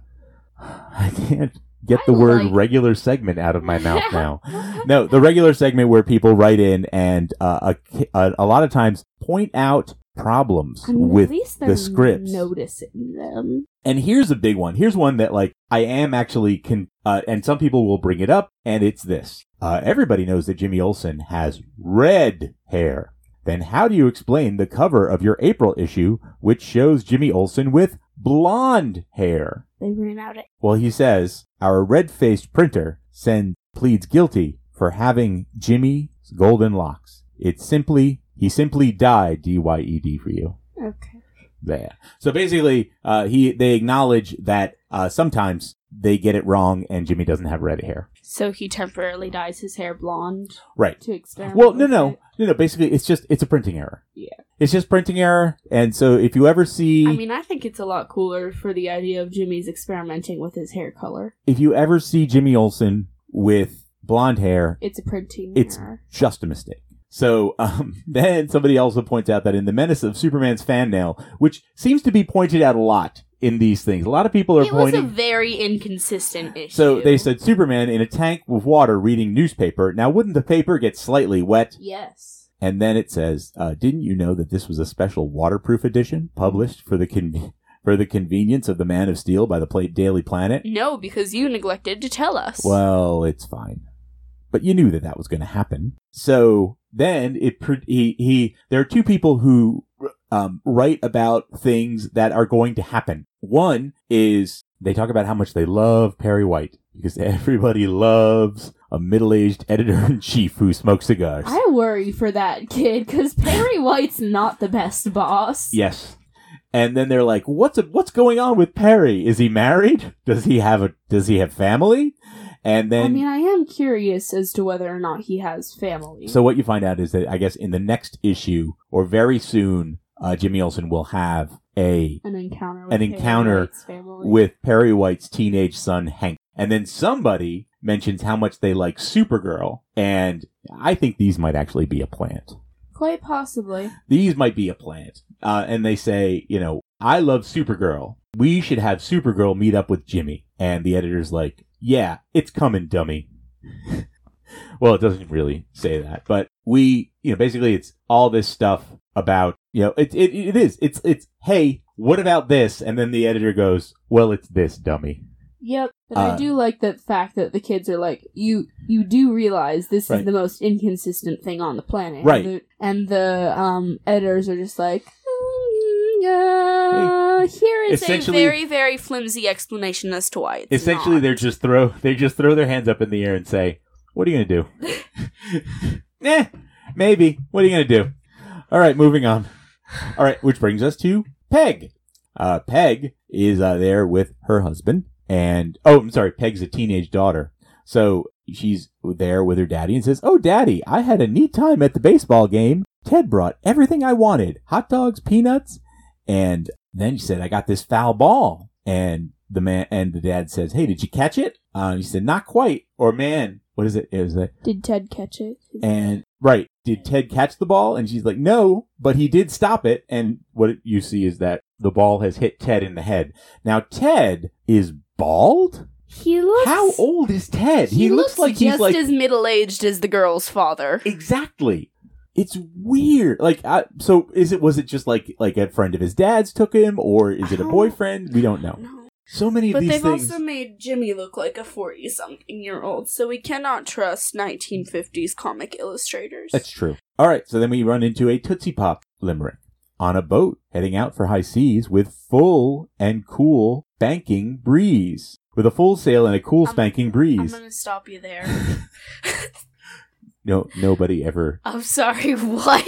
I can't get the
I
word
like-
regular segment out of my mouth now. No, the regular segment where people write in and uh, a, a, a lot of times point out problems
I mean, at
with
least
the
they're
scripts.
noticing them.
and here's a big one. Here's one that like I am actually can uh, and some people will bring it up and it's this. Uh, everybody knows that Jimmy Olsen has red hair. Then how do you explain the cover of your April issue which shows Jimmy Olsen with blonde hair?
They ran out of
Well, he says our red-faced printer send pleads guilty for having Jimmy's golden locks. It's simply he simply died D Y E D for you
Okay.
there. So basically, uh, he they acknowledge that uh, sometimes they get it wrong, and Jimmy doesn't have red hair.
So he temporarily dyes his hair blonde
Right.
to experiment.
Well, no,
with
no,
it.
no, no. Basically, it's just it's a printing error.
Yeah.
it's just printing error. And so if you ever see,
I mean, I think it's a lot cooler for the idea of Jimmy's experimenting with his hair color.
if you ever see Jimmy Olsen with blonde hair,
It's a printing
It's-
error.
just a mistake. So um, then somebody also points out that in the menace of Superman's fan nail, which seems to be pointed out a lot in these things, a lot of people are
It was a
pointing.
very inconsistent issue.
So they said Superman in a tank with water reading newspaper. Now, wouldn't the paper get slightly wet?
yes.
And then it says, uh, "Didn't you know that this was a special waterproof edition published for the con- for the convenience of the Man of Steel by the Pla- Daily Planet?"
No, because you neglected to tell us.
Well, it's fine, but you knew that that was going to happen. So then it pr- he he. There are two people who um, write about things that are going to happen. One is they talk about how much they love Perry White because everybody loves a middle-aged editor in chief who smokes cigars.
I worry for that kid because Perry White's not the best boss.
Yes. And then they're like, "What's what's going on with Perry? Is he married? Does he have a does he have family?" And then
I mean, I am curious as to whether or not he has family.
so what you find out is that I guess in the next issue or very soon, uh, Jimmy Olsen will have a
an encounter. With
An
Perry
encounter
White's family.
with Perry White's teenage son Hank. And then somebody mentions how much they like Supergirl, and I think these might actually be a plant.
quite possibly.
these might be a plant. Uh, and they say, you know, I love Supergirl. We should have Supergirl meet up with Jimmy. And the editor's like, yeah, it's coming, dummy. well, it doesn't really say that, but we, you know, basically it's all this stuff about, you know, it, it, it is, it's, it's, hey, what about this? And then the editor goes, well, it's this, dummy.
Yep. But
Uh,
I do like the fact that the kids are like, you you do realize this
Right.
is the most inconsistent thing on the planet.
Right.
And the, and the um, editors are just like, "Mm, uh, here is
It's a
essentially-
very, very flimsy explanation as to why it's
Essentially,
not.
they're just throw, they just throw their hands up in the air and say, what are you going to do? eh, Maybe. What are you going to do? All right, moving on. All right, which brings us to Peg. Uh, Peg is uh, there with her husband, and oh, I'm sorry, Peg's a teenage daughter. So she's there with her daddy and says, Oh, daddy, I had a neat time at the baseball game. Ted brought everything I wanted hot dogs, peanuts. And then she said, I got this foul ball. And the man and the dad says, Hey, did you catch it? Uh, and he said, Not quite. Or, man, what is it? It was like,
Did Ted catch it?
and right, did Ted catch the ball? And she's like, no, but he did stop it. And what you see is that the ball has hit Ted in the head. Now Ted is bald.
He looks.
How old is Ted? He, looks, like
just
he's like
as middle aged as the girl's father.
exactly. It's weird. Like, I, so is it? Was it just like like a friend of his dad's took him, or is it a
I don't
boyfriend? We don't know.
No.
So many
But
of these
they've
things.
also made Jimmy look like a 40 something year old, so we cannot trust 1950s comic illustrators.
That's true. All right, so then we run into a Tootsie Pop limerick on a boat heading out for high seas with full and cool banking breeze. With a full sail and a cool
I'm-
spanking
I'm
breeze.
going to stop you there.
No, nobody ever.
I'm sorry, what?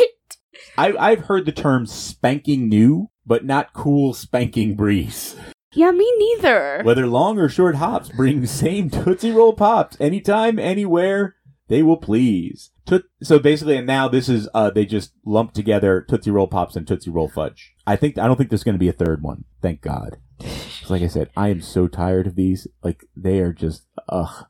I, I've heard the term spanking new, but not cool spanking breeze.
Yeah, me neither.
Whether long or short hops bring same Tootsie Roll Pops anytime, anywhere, they will please. Toot- so basically, and now this is, uh, they just lump together Tootsie Roll Pops and Tootsie Roll Fudge. I think, I don't think there's going to be a third one. Thank God. 'Cause Like I said, I am so tired of these. Like, they are just, ugh.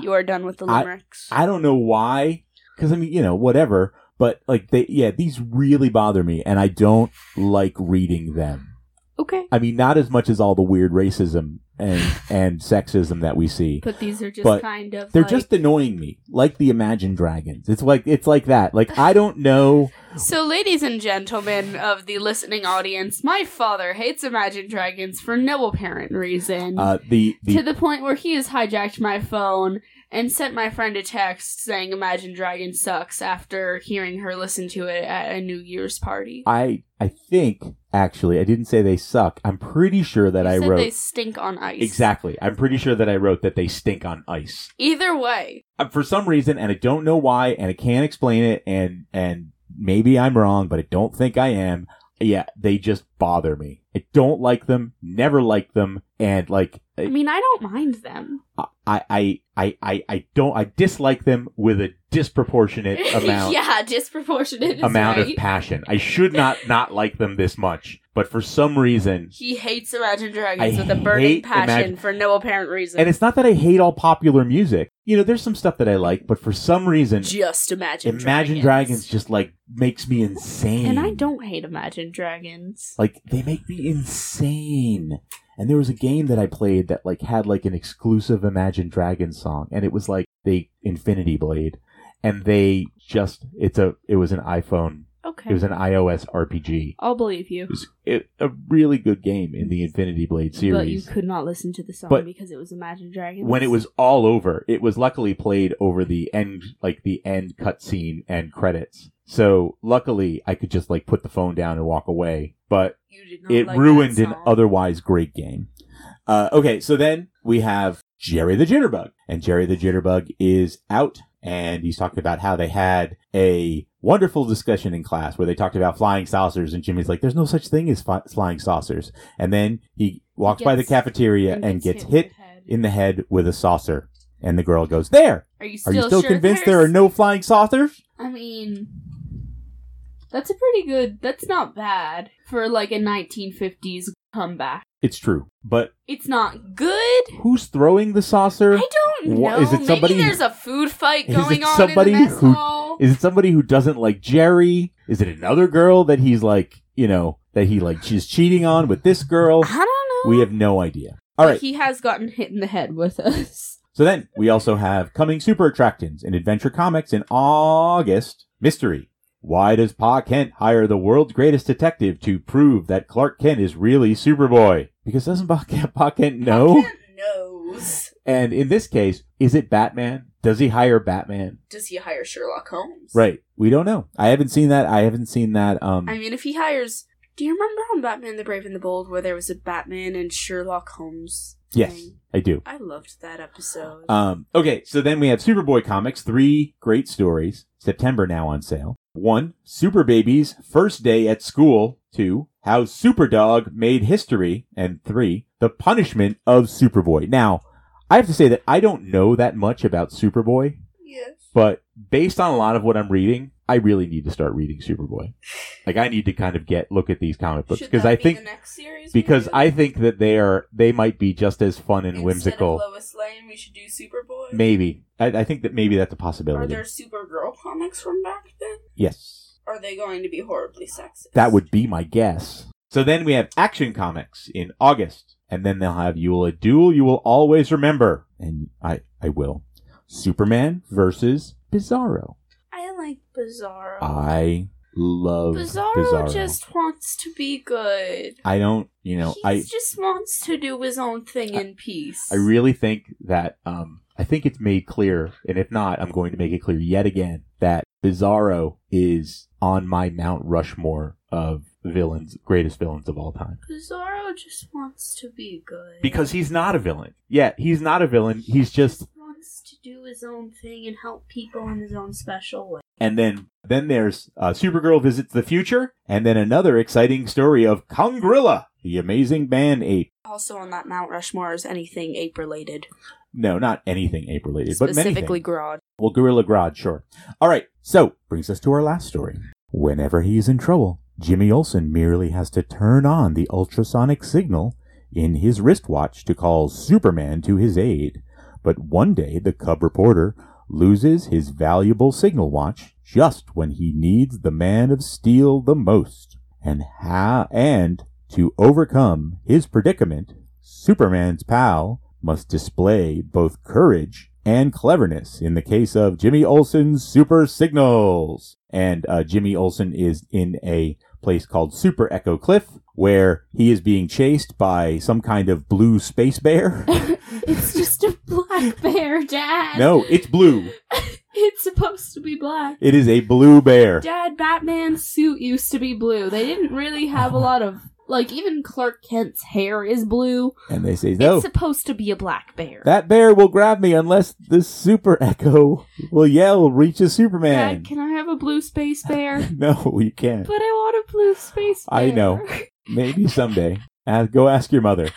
You are done with the
I-
limericks.
I don't know why. Cause I mean, you know, whatever. But like, they, yeah, these really bother me and I don't like reading them.
okay.
I mean, not as much as all the weird racism and, and sexism that we see.
But these are just
But
kind of.
They're
like-
just annoying me, like the Imagine Dragons. It's like it's like that. Like I don't know.
So, ladies and gentlemen of the listening audience, my father hates Imagine Dragons for no apparent reason.
Uh, the the
to the point where he has hijacked my phone and sent my friend a text saying Imagine Dragon sucks after hearing her listen to it at a New Year's party.
I I think actually I didn't say they suck. I'm pretty sure that
You
I
said
wrote
they stink on ice.
exactly. I'm pretty sure that I wrote that they stink on ice
Either way,
uh, for some reason, and I don't know why, and I can't explain it, and and maybe I'm wrong, but I don't think I am. Yeah, they just bother me. I don't like them. Never liked them, and like.
I mean, I don't mind them.
I, I, I, I, I don't. I dislike them with a disproportionate amount
yeah, disproportionate is
amount
right.
of passion. I should not not like them this much, but for some reason,
he hates Imagine Dragons
I
with a burning
hate
passion
Imagine-
for no apparent reason.
and it's not that I hate all popular music. You know, there's some stuff that I like, but for some reason,
just Imagine
Imagine Dragons just like makes me insane.
And I don't hate Imagine Dragons.
like they make me insane. And there was a game that I played that like had like an exclusive Imagine Dragons song, and it was like the Infinity Blade, and they just it's a it was an iPhone, it
Okay.
was an iOS RPG.
I'll believe you.
It was it, a really good game in the Infinity Blade
But you
series.
could not listen to the song
But-
because it was Imagine Dragons.
When it was all over, it was luckily played over the end, like the end cutscene and credits. So luckily, I could just like put the phone down and walk away. But
you did not
it
like
ruined
that
an
song.
otherwise great game. Uh, okay, so then we have Jerry the Jitterbug, and Jerry the Jitterbug is out, and he's talking about how they had a wonderful discussion in class where they talked about flying saucers, and Jimmy's like, "There's no such thing as fi- flying saucers," and then he walks by the
Gets-
cafeteria and, gets hit
in the head.
in the head with a saucer, and the girl goes, "There,
Are you still,
are you still
sure
convinced there
there's-
are no flying saucers?"
I mean, that's a pretty good. That's not bad for like a 1950s comeback.
It's true, but
It's not good.
who's throwing the saucer?
I don't know.
Wha- is it somebody-
Maybe there's a food fight
Is
going
it
on
somebody
in the mess
who-
hall.
Is it somebody who doesn't like Jerry? Is it another girl that he's like, you know, that he like she's cheating on with this girl?
I don't know.
We have no idea. All right.
He has gotten hit in the head with us.
So then we also have coming super attractions in Adventure Comics in August. Mystery. Why does Pa Kent hire the world's greatest detective to prove that Clark Kent is really Superboy? Because doesn't Pa Kent, pa Kent know?
knows.
And in this case, is it Batman? Does he hire Batman?
Does he hire Sherlock Holmes?
Right. We don't know. I haven't seen that. I haven't seen that. Um,
I mean, if he hires Do you remember on Batman the Brave and the Bold where there was a Batman and Sherlock Holmes?
Yes,
thing?
I do.
I loved that episode.
Um, okay, so then we have Superboy comics, three great stories. September now on sale. One, Super Babies, First Day at School. Two, How Superdog Made History. And three, The Punishment of Superboy. Now, I have to say that I don't know that much about Superboy,
yes.
but based on a lot of what I'm reading, I really need to start reading Superboy. Like, I need to kind of get, look at these comic books. Because I think,
next series
because I think that they are, they might be just as fun and whimsical.
Lois Lane, we should do Superboy.
Maybe. I, I think that maybe that's a
Are
possibility.
there Supergirl comics from back then?
yes.
Are they going to be horribly sexist?
That would be my guess. So then we have Action Comics in August. And then they'll have You Will a Duel You Will Always Remember. And I, I will. Superman versus Bizarro.
I like Bizarro.
I love
Bizarro,
Bizarro.
just wants to be good.
I don't, you know,
he
I,
just wants to do his own thing in peace.
I really think that, um, I think it's made clear, and if not, I'm going to make it clear yet again that Bizarro is on my Mount Rushmore of villains, greatest villains of all time.
Bizarro just wants to be good.
because he's not a villain. Yeah, he's not a villain. He's just
wants to do his own thing and help people in his own special way.
and then then there's uh, Supergirl visits the future, and then another exciting story of Congrilla, the amazing man ape.
Also on that Mount Rushmore is anything ape related.
No, not anything ape related, but many
Specifically
things.
Grodd.
Well, Gorilla Grodd, sure. All right, so brings us to our last story. Whenever he is in trouble, Jimmy Olsen merely has to turn on the ultrasonic signal in his wristwatch to call Superman to his aid. But one day, the cub reporter loses his valuable signal watch just when he needs the man of steel the most. And ha- and to overcome his predicament, Superman's pal must display both courage and cleverness in the case of Jimmy Olsen's Super Signals. And uh, Jimmy Olsen is in a place called Super Echo Cliff where he is being chased by some kind of blue space bear.
it's just a black bear, Dad.
no, it's blue.
It's supposed to be black.
It is a blue bear.
Dad, Batman's suit used to be blue. They didn't really have a
Uh-huh.
lot of like even Clark Kent's hair is blue.
And they say, no,
It's supposed to be a black bear.
that bear will grab me unless this super echo will yell, reaches Superman.
Dad, can I have a blue space bear?
no, you can't.
but I want a blue space bear.
I know. Maybe someday. Ask, go ask your mother.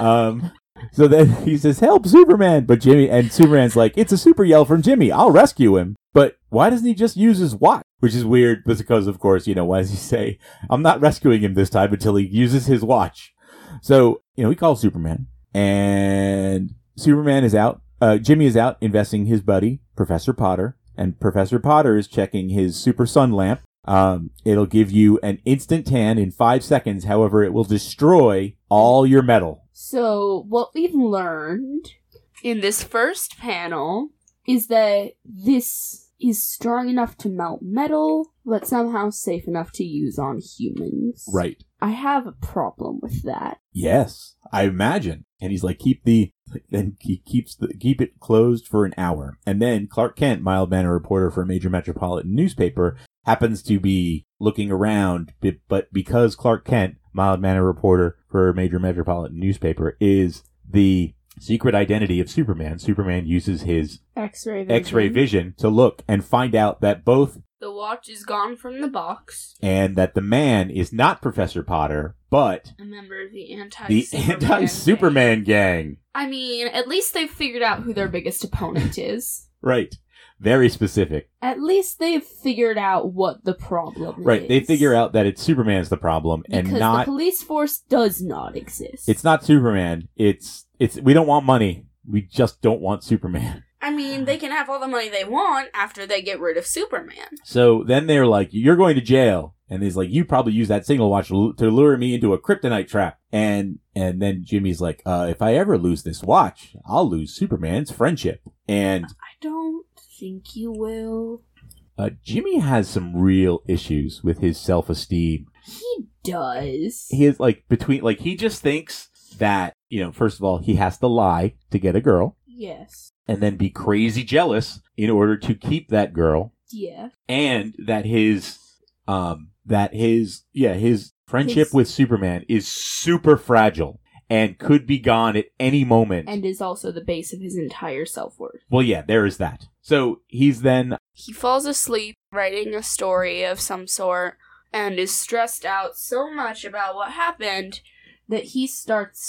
Um, so then he says, help Superman. But Jimmy, and Superman's like, it's a super yell from Jimmy. I'll rescue him. But why doesn't he just use his watch? Which is weird because, of course, you know, why does he say, I'm not rescuing him this time until he uses his watch? So, you know, he calls Superman and Superman is out. Uh, Jimmy is out investing his buddy, Professor Potter, and Professor Potter is checking his super sun lamp. Um, it'll give you an instant tan in five seconds. However, it will destroy all your metal.
So what we've learned
In this first panel,
is that this is strong enough to melt metal, but somehow safe enough to use on humans.
Right.
I have a problem with that.
Yes, I imagine. And he's like, keep the, then he keeps the, keep it closed for an hour. And then Clark Kent, mild manner reporter for a major metropolitan newspaper, happens to be looking around, b- but because Clark Kent, mild manner reporter for a major metropolitan newspaper, is the secret identity of Superman, Superman uses his
X-ray vision.
X-ray vision to look and find out that both
the watch is gone from the box.
and that the man is not Professor Potter, but
A member of the anti
the anti-Superman gang.
I mean, at least they've figured out who their biggest opponent is.
Right. Very specific.
At least they've figured out what the problem is.
Right. They figure out that it's Superman's the problem and
because the
not
police force does not exist.
it's not Superman. It's it's we don't want money. We just don't want Superman.
I mean, they can have all the money they want after they get rid of Superman.
So then they're like, "You're going to jail," and he's like, "You probably use that signal watch to lu- to lure me into a kryptonite trap." And and then Jimmy's like, uh, "If I ever lose this watch, I'll lose Superman's friendship." And
I don't think you will.
uh, Jimmy has some real issues with his self esteem
he does.
he is like between like he just thinks that you know first of all he has to lie to get a girl
yes.
and then be crazy jealous in order to keep that girl
Yeah.
and that his um that his yeah his friendship
His-
with Superman is super fragile and could be gone at any moment.
and is also the base of his entire self worth.
well, yeah, there is that. So he's then
He falls asleep writing a story of some sort and is stressed out so much about what happened.
That he starts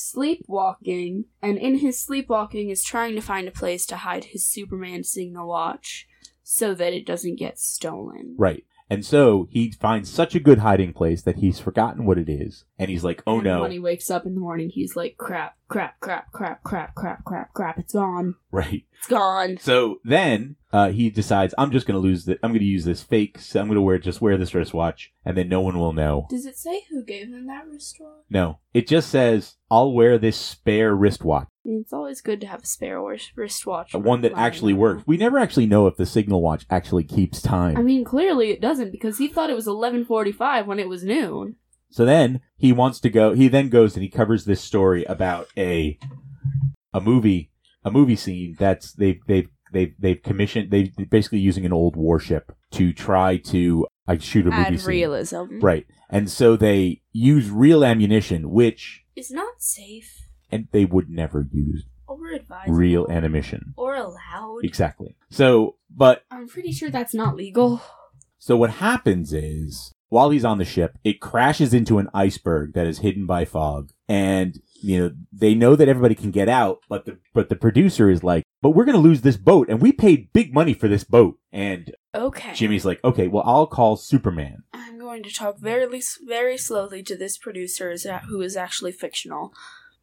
sleepwalking, and in his sleepwalking is trying to find a place to hide his Superman signal watch so that it doesn't get stolen.
right. And so he finds such a good hiding place that he's forgotten what it is, and he's like, "Oh
And
no!"
When he wakes up in the morning, he's like, crap, crap, crap, crap, crap, crap, crap, crap, it's gone.
Right.
It's gone.
So then uh, he decides, "I'm just going to lose. The, I'm going to use this fake. So I'm going to wear just wear this wristwatch, and then no one will know."
Does it say who gave him that wristwatch?
No, it just says, "I'll wear this spare wristwatch."
I mean, it's always good to have a spare wrist- wristwatch.
Uh, one that
lying
actually
around.
works. We never actually know if the signal watch actually keeps time.
I mean, clearly it doesn't because he thought it was 11:45 when it was noon.
so then he wants to go. He then goes and he covers this story about a a movie a movie scene that's they've they've they've they've commissioned they they're basically using an old warship to try to like shoot a movie
Add
scene.
realism.
Right, and so they use real ammunition, which
It's not safe
and they would never use
or advisable
real ammunition.
or allowed.
Exactly. So, but
I'm pretty sure that's not legal.
So what happens is, while he's on the ship, it crashes into an iceberg that is hidden by fog, and you know they know that everybody can get out, but the but the producer is like, "But we're gonna lose this boat, and we paid big money for this boat." And
Okay.
Jimmy's like, "Okay, well I'll call Superman."
I'm going to talk very, very slowly to this producer is- who is actually fictional.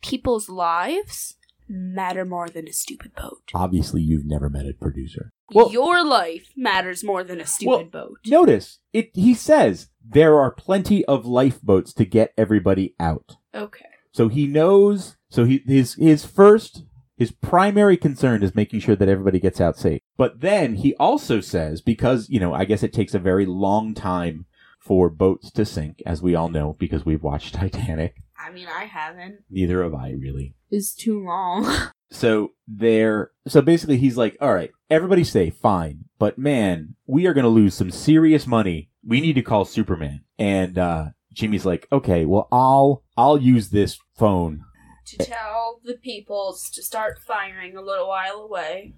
People's lives matter more than a stupid boat.
Obviously, you've never met a producer. Well,
Your life matters more than a stupid boat.
notice it. He says there are plenty of lifeboats to get everybody out.
Okay.
So he knows. So he his his first his primary concern is making sure that everybody gets out safe. But then he also says because you know I guess it takes a very long time for boats to sink, as we all know because we've watched Titanic.
I mean, I haven't.
Neither have I really.
It's too long.
So there. So basically, he's like, "All right, everybody's safe, fine, but man, we are going to lose some serious money. We need to call Superman." And uh, Jimmy's like, "Okay, well, I'll I'll use this phone."
To tell the peoples to start firing a little while away.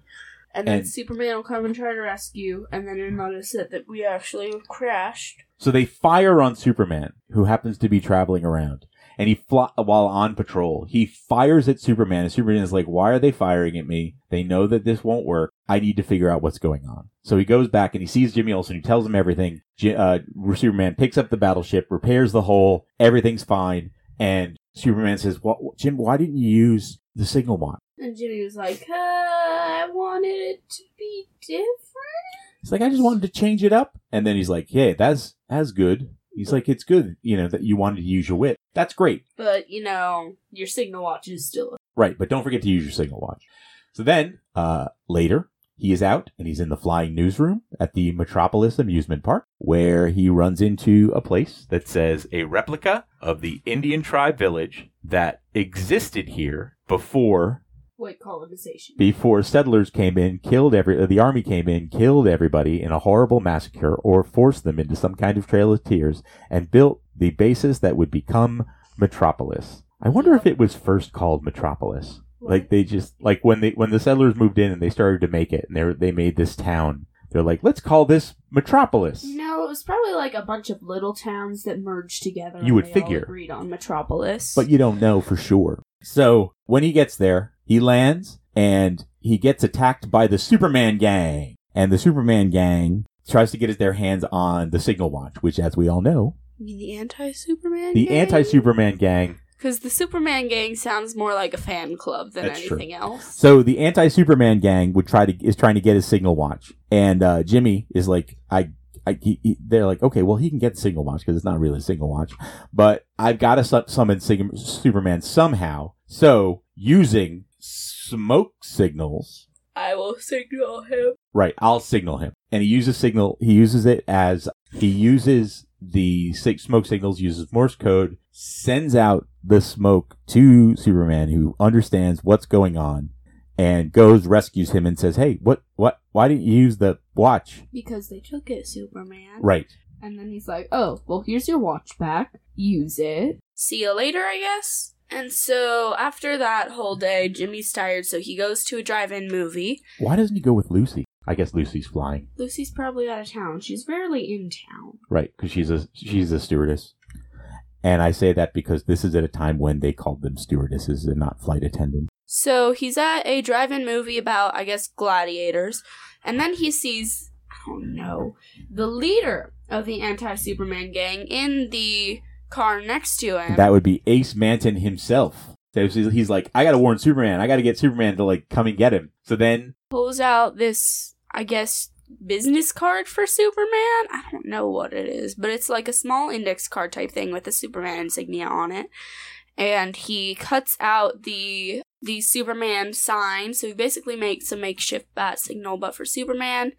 And then
And-
Superman will come and try to rescue, and then he'll notice that, that we actually crashed.
So they fire on Superman, who happens to be traveling around, and he fly- while on patrol, he fires at Superman. And Superman is like, "Why are they firing at me? They know that this won't work. I need to figure out what's going on." So he goes back and he sees Jimmy Olsen, who tells him everything. J- uh, Superman picks up the battleship, repairs the hole, everything's fine, and Superman says, "What, Jim? Why didn't you use the signal watch?"
And Jimmy was like, uh, I wanted it to be different.
He's like, I just wanted to change it up. And then he's like, Hey, that's that's good. He's like, It's good, you know, that you wanted to use your wit. That's great.
But, you know, your signal watch is still.
Right, but don't forget to use your signal watch. So then, uh, later, he is out and he's in the flying newsroom at the Metropolis Amusement Park, where he runs into a place that says a replica of the Indian tribe village that existed here before
Wait, colonization.
before settlers came in, killed every uh, the army came in, killed everybody in a horrible massacre, or forced them into some kind of trail of tears, and built the basis that would become Metropolis. I wonder if it was first called Metropolis. Like they just like when they when the settlers moved in and they started to make it, and they were- they made this town. They're like, let's call this Metropolis.
No, it was probably like a bunch of little towns that merged together.
You
and
would
they all
figure.
agreed on Metropolis.
But you don't know for sure. So when he gets there, he lands and he gets attacked by the Superman gang. And the Superman gang tries to get their hands on the signal watch, which, as we all know,
You mean the anti Superman?
the anti Superman gang.
Because the Superman gang sounds more like a fan club than
That's true.
anything else.
So the anti Superman gang would try to is trying to get his signal watch, and uh, Jimmy is like, I. I, he, he- they're like, okay, well, he can get the signal watch because it's not really a signal watch, but I've got to su- summon Sig- Superman somehow. So, using smoke signals,
I will signal him.
Right. I'll signal him. And he uses signal. He uses it as he uses the sig- smoke signals, uses Morse code, sends out the smoke to Superman, who understands what's going on, and goes rescues him and says, "Hey, what, what? Why didn't you use the watch?"
because they took it, Superman.
Right.
And then he's like, oh, well, here's your watch back. Use it.
See you later, I guess. And so after that whole day, Jimmy's tired, so he goes to a drive in movie.
Why doesn't he go with Lucy? I guess Lucy's flying,
Lucy's probably out of town. She's rarely in town.
right? Because she's a she's a stewardess. And I say that because this is at a time when they called them stewardesses and not flight attendants.
So he's at a drive in movie about, I guess, gladiators. And then he sees,
Oh no.
the leader of the anti Superman gang in the car next to him.
That would be Ace Manton himself. So he's he's like, I gotta warn Superman. I gotta get Superman to like come and get him. So then
pulls out this, I guess, business card for Superman. I don't know what it is, but it's like a small index card type thing with a Superman insignia on it. And he cuts out the the Superman sign, so he basically makes a makeshift bat signal, but for Superman,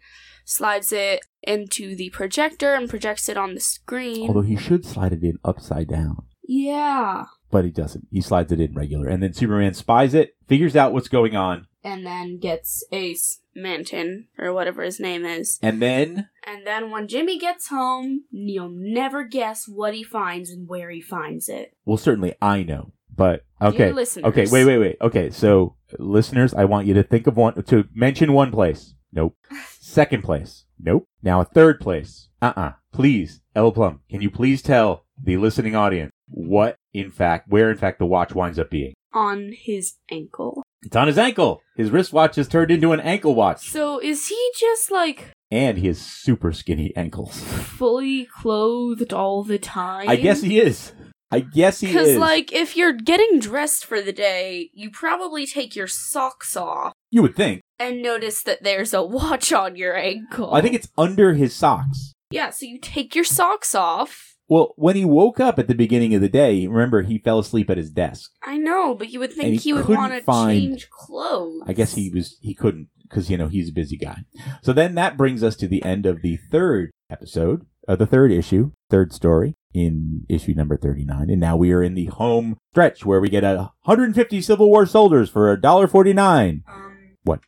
slides it into the projector and projects it on the screen.
Although he should slide it in upside down,
Yeah.
but he doesn't. He slides it in regular, and then Superman spies it, figures out what's going on,
And then gets Ace.
Manton, or whatever his name is.
and then
And then when Jimmy gets home, you'll never guess what he finds and where he finds it.
well, certainly I know, but okay,
Dear listeners,
okay, wait, wait, wait. Okay, so listeners, I want you to think of one to mention one place. Nope. Second place. Nope. Now a third place. Uh uh Please, L Plum, can you please tell the listening audience what, in fact, where, in fact, the watch winds up being?
On his ankle.
It's on his ankle. His wristwatch is turned into an ankle watch,
So is he just like
and he has super skinny ankles.
Fully clothed all the time.
I guess he is. I guess he
Because,
is.
like, if you're getting dressed for the day, you probably take your socks off
you would think.
and notice that there's a watch on your ankle.
I think it's under his socks.
Yeah, so you take your socks off.
Well, when he woke up at the beginning of the day, remember he fell asleep at his desk.
I know, but you would
And
think
he
he, would
couldn't
want to
find-
change clothes.
I guess he was he couldn't because you know he's a busy guy. So then that brings us to the end of the third episode, uh, the third issue, third story in issue number thirty nine, and now we are in the home stretch where we get a hundred and fifty Civil War soldiers for a dollar forty nine.
Um,
What?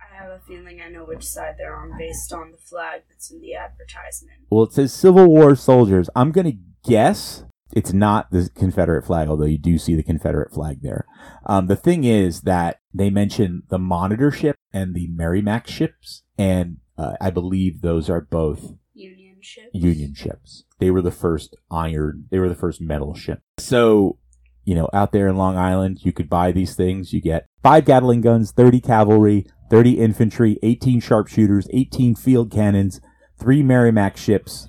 I have a feeling I know which side they're on based on the flag that's in the advertisement.
Well, it says Civil War soldiers. I'm gonna guess it's not the Confederate flag, although you do see the Confederate flag there. Um, the thing is that they mention the Monitor ship and the Merrimack ships, and uh, I believe those are both
Union ship.
Union ships. They were the first iron, they were the first metal ship. So, you know, out there in Long Island, you could buy these things. You get five Gatling guns, 30 cavalry, 30 infantry, 18 sharpshooters, 18 field cannons, three Merrimack ships,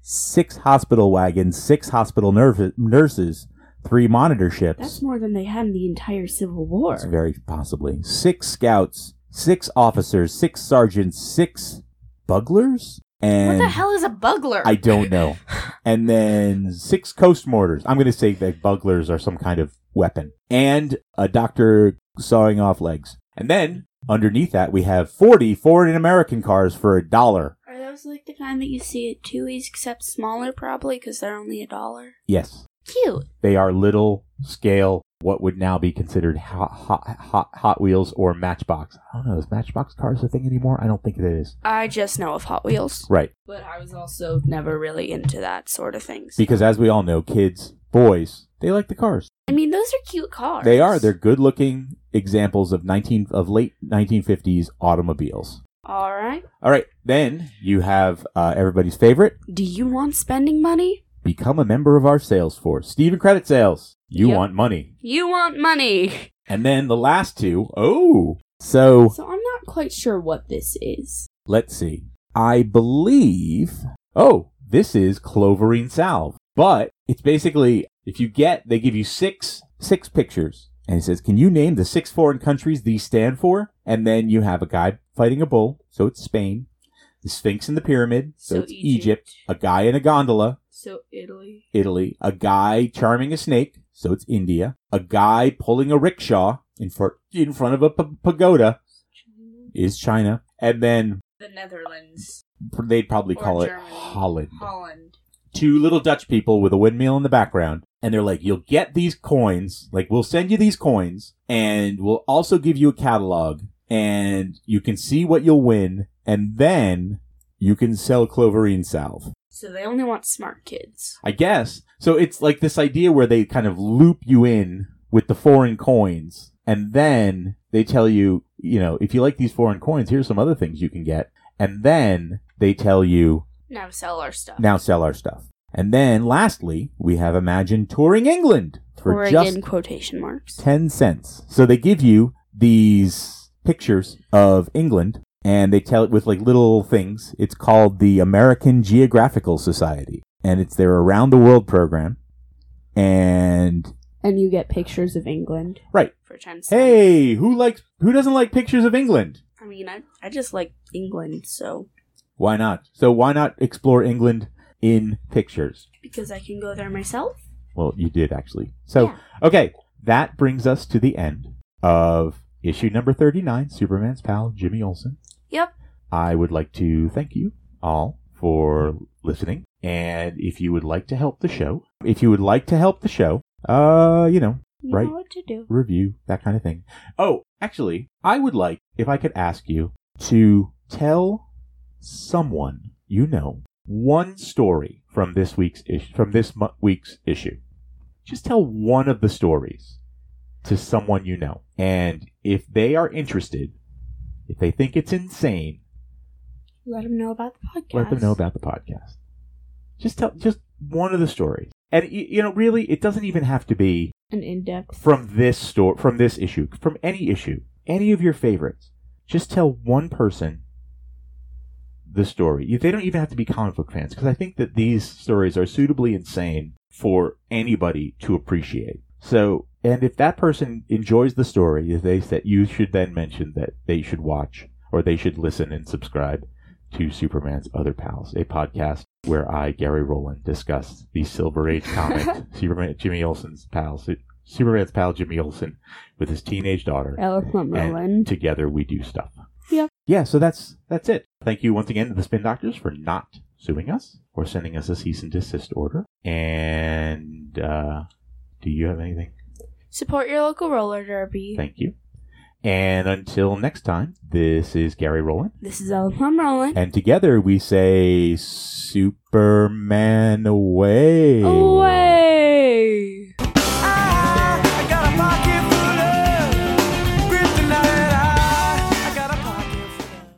six hospital wagons, six hospital nerv- nurses, three monitor ships.
That's more than they had in the entire Civil War.
It's very possibly six scouts, six officers, six sergeants, six buglers, and
what the hell is a bugler?
I don't know. And then six coast mortars. I'm going to say that buglers are some kind of weapon. And a doctor sawing off legs. And then underneath that, we have 40 foreign American cars for a dollar.
Are those like the kind that you see at Chewy's, except smaller, probably, because they're only a dollar?
Yes,
Cute.
they are little scale, what would now be considered hot, hot, hot, hot Wheels or Matchbox. I don't know. Is Matchbox cars a thing anymore? I don't think it is.
I just know of Hot Wheels,
Right.
but I was also never really into that sort of things.
Because as we all know, kids, boys, they like the cars.
I mean, those are cute cars.
They are. They're good looking examples of nineteen of late nineteen fifties automobiles.
all right.
All right, then you have uh, everybody's favorite.
Do you want spending money?
Become a member of our sales force, Steven Credit Sales. You
Yep.
want money,
You want money.
and then the last two. Oh, so
So I'm not quite sure what this is.
let's see. I believe. Oh, this is Cloverine Salve, but it's basically if you get, they give you six six pictures, and it says, "Can you name the six foreign countries these stand for?" And then you have a guy fighting a bull, so it's Spain. The Sphinx and the Pyramid, so, it's Egypt. A guy in a gondola,
So Italy.
Italy. A guy charming a snake, so it's India. A guy pulling a rickshaw in front in front of a p- pagoda is China. And then
The Netherlands.
they'd probably
Or
call
Germany.
it Holland.
Holland.
Two little Dutch people with a windmill in the background. And they're like, you'll get these coins. Like, we'll send you these coins and we'll also give you a catalog and you can see what you'll win. And then you can sell cloverine salve.
So they only want smart kids.
I guess. So it's like this idea where they kind of loop you in with the foreign coins and then they tell you, you know, if you like these foreign coins, here's some other things you can get. And then they tell you,
Now sell our stuff.
now sell our stuff. And then lastly, we have Imagine touring England for
or
just
again, quotation marks.
10 cents. So they give you these pictures of England and they tell it with like little things. It's called the American Geographical Society and it's their around the world program. And
And you get pictures of England.
Right.
For 10 cents.
hey, who likes who doesn't like pictures of England?
I mean, I, I just like England, so.
Why not? So why not explore England in pictures?
Because I can go there myself.
Well, you did actually. So
Yeah.
okay, that brings us to the end of issue number 39, Superman's pal Jimmy Olsen.
Yep.
I would like to thank you all for listening. And if you would like to help the show, if you would like to help the show, uh, you know,
You
Right.
know what to do.
review, that kind of thing. Oh, actually, I would like, if I could ask you to tell someone you know one story from this week's issue, from this mo- week's issue. Just tell one of the stories to someone you know. And if they are interested, if they think it's insane,
Let them know about the podcast.
let them know about the podcast. Just tell just one of the stories, and y- you know, really, it doesn't even have to be
An in depth.
from this store, from this issue, from any issue, any of your favorites. Just tell one person the story. You- They don't even have to be comic book fans, because I think that these stories are suitably insane for anybody to appreciate. So, and if that person enjoys the story, if they said you should then mention that they should watch or they should listen and subscribe to Superman's Other Pals, a podcast where I, Gary Rowland, discuss the Silver Age comic Superman Jimmy Olsen's pal, Su- Superman's pal Jimmy Olsen, with his teenage daughter.
Eloquent
And
Merlin.
together we do stuff.
Yep.
Yeah, so that's that's it. Thank you once again to the Spin Doctors for not suing us or sending us a cease and desist order. And uh, do you have anything?
Support your local roller derby.
Thank you. And until next time, this is Gary Rowland.
This is Eloquent Merlin.
And together we say Superman away.
Away!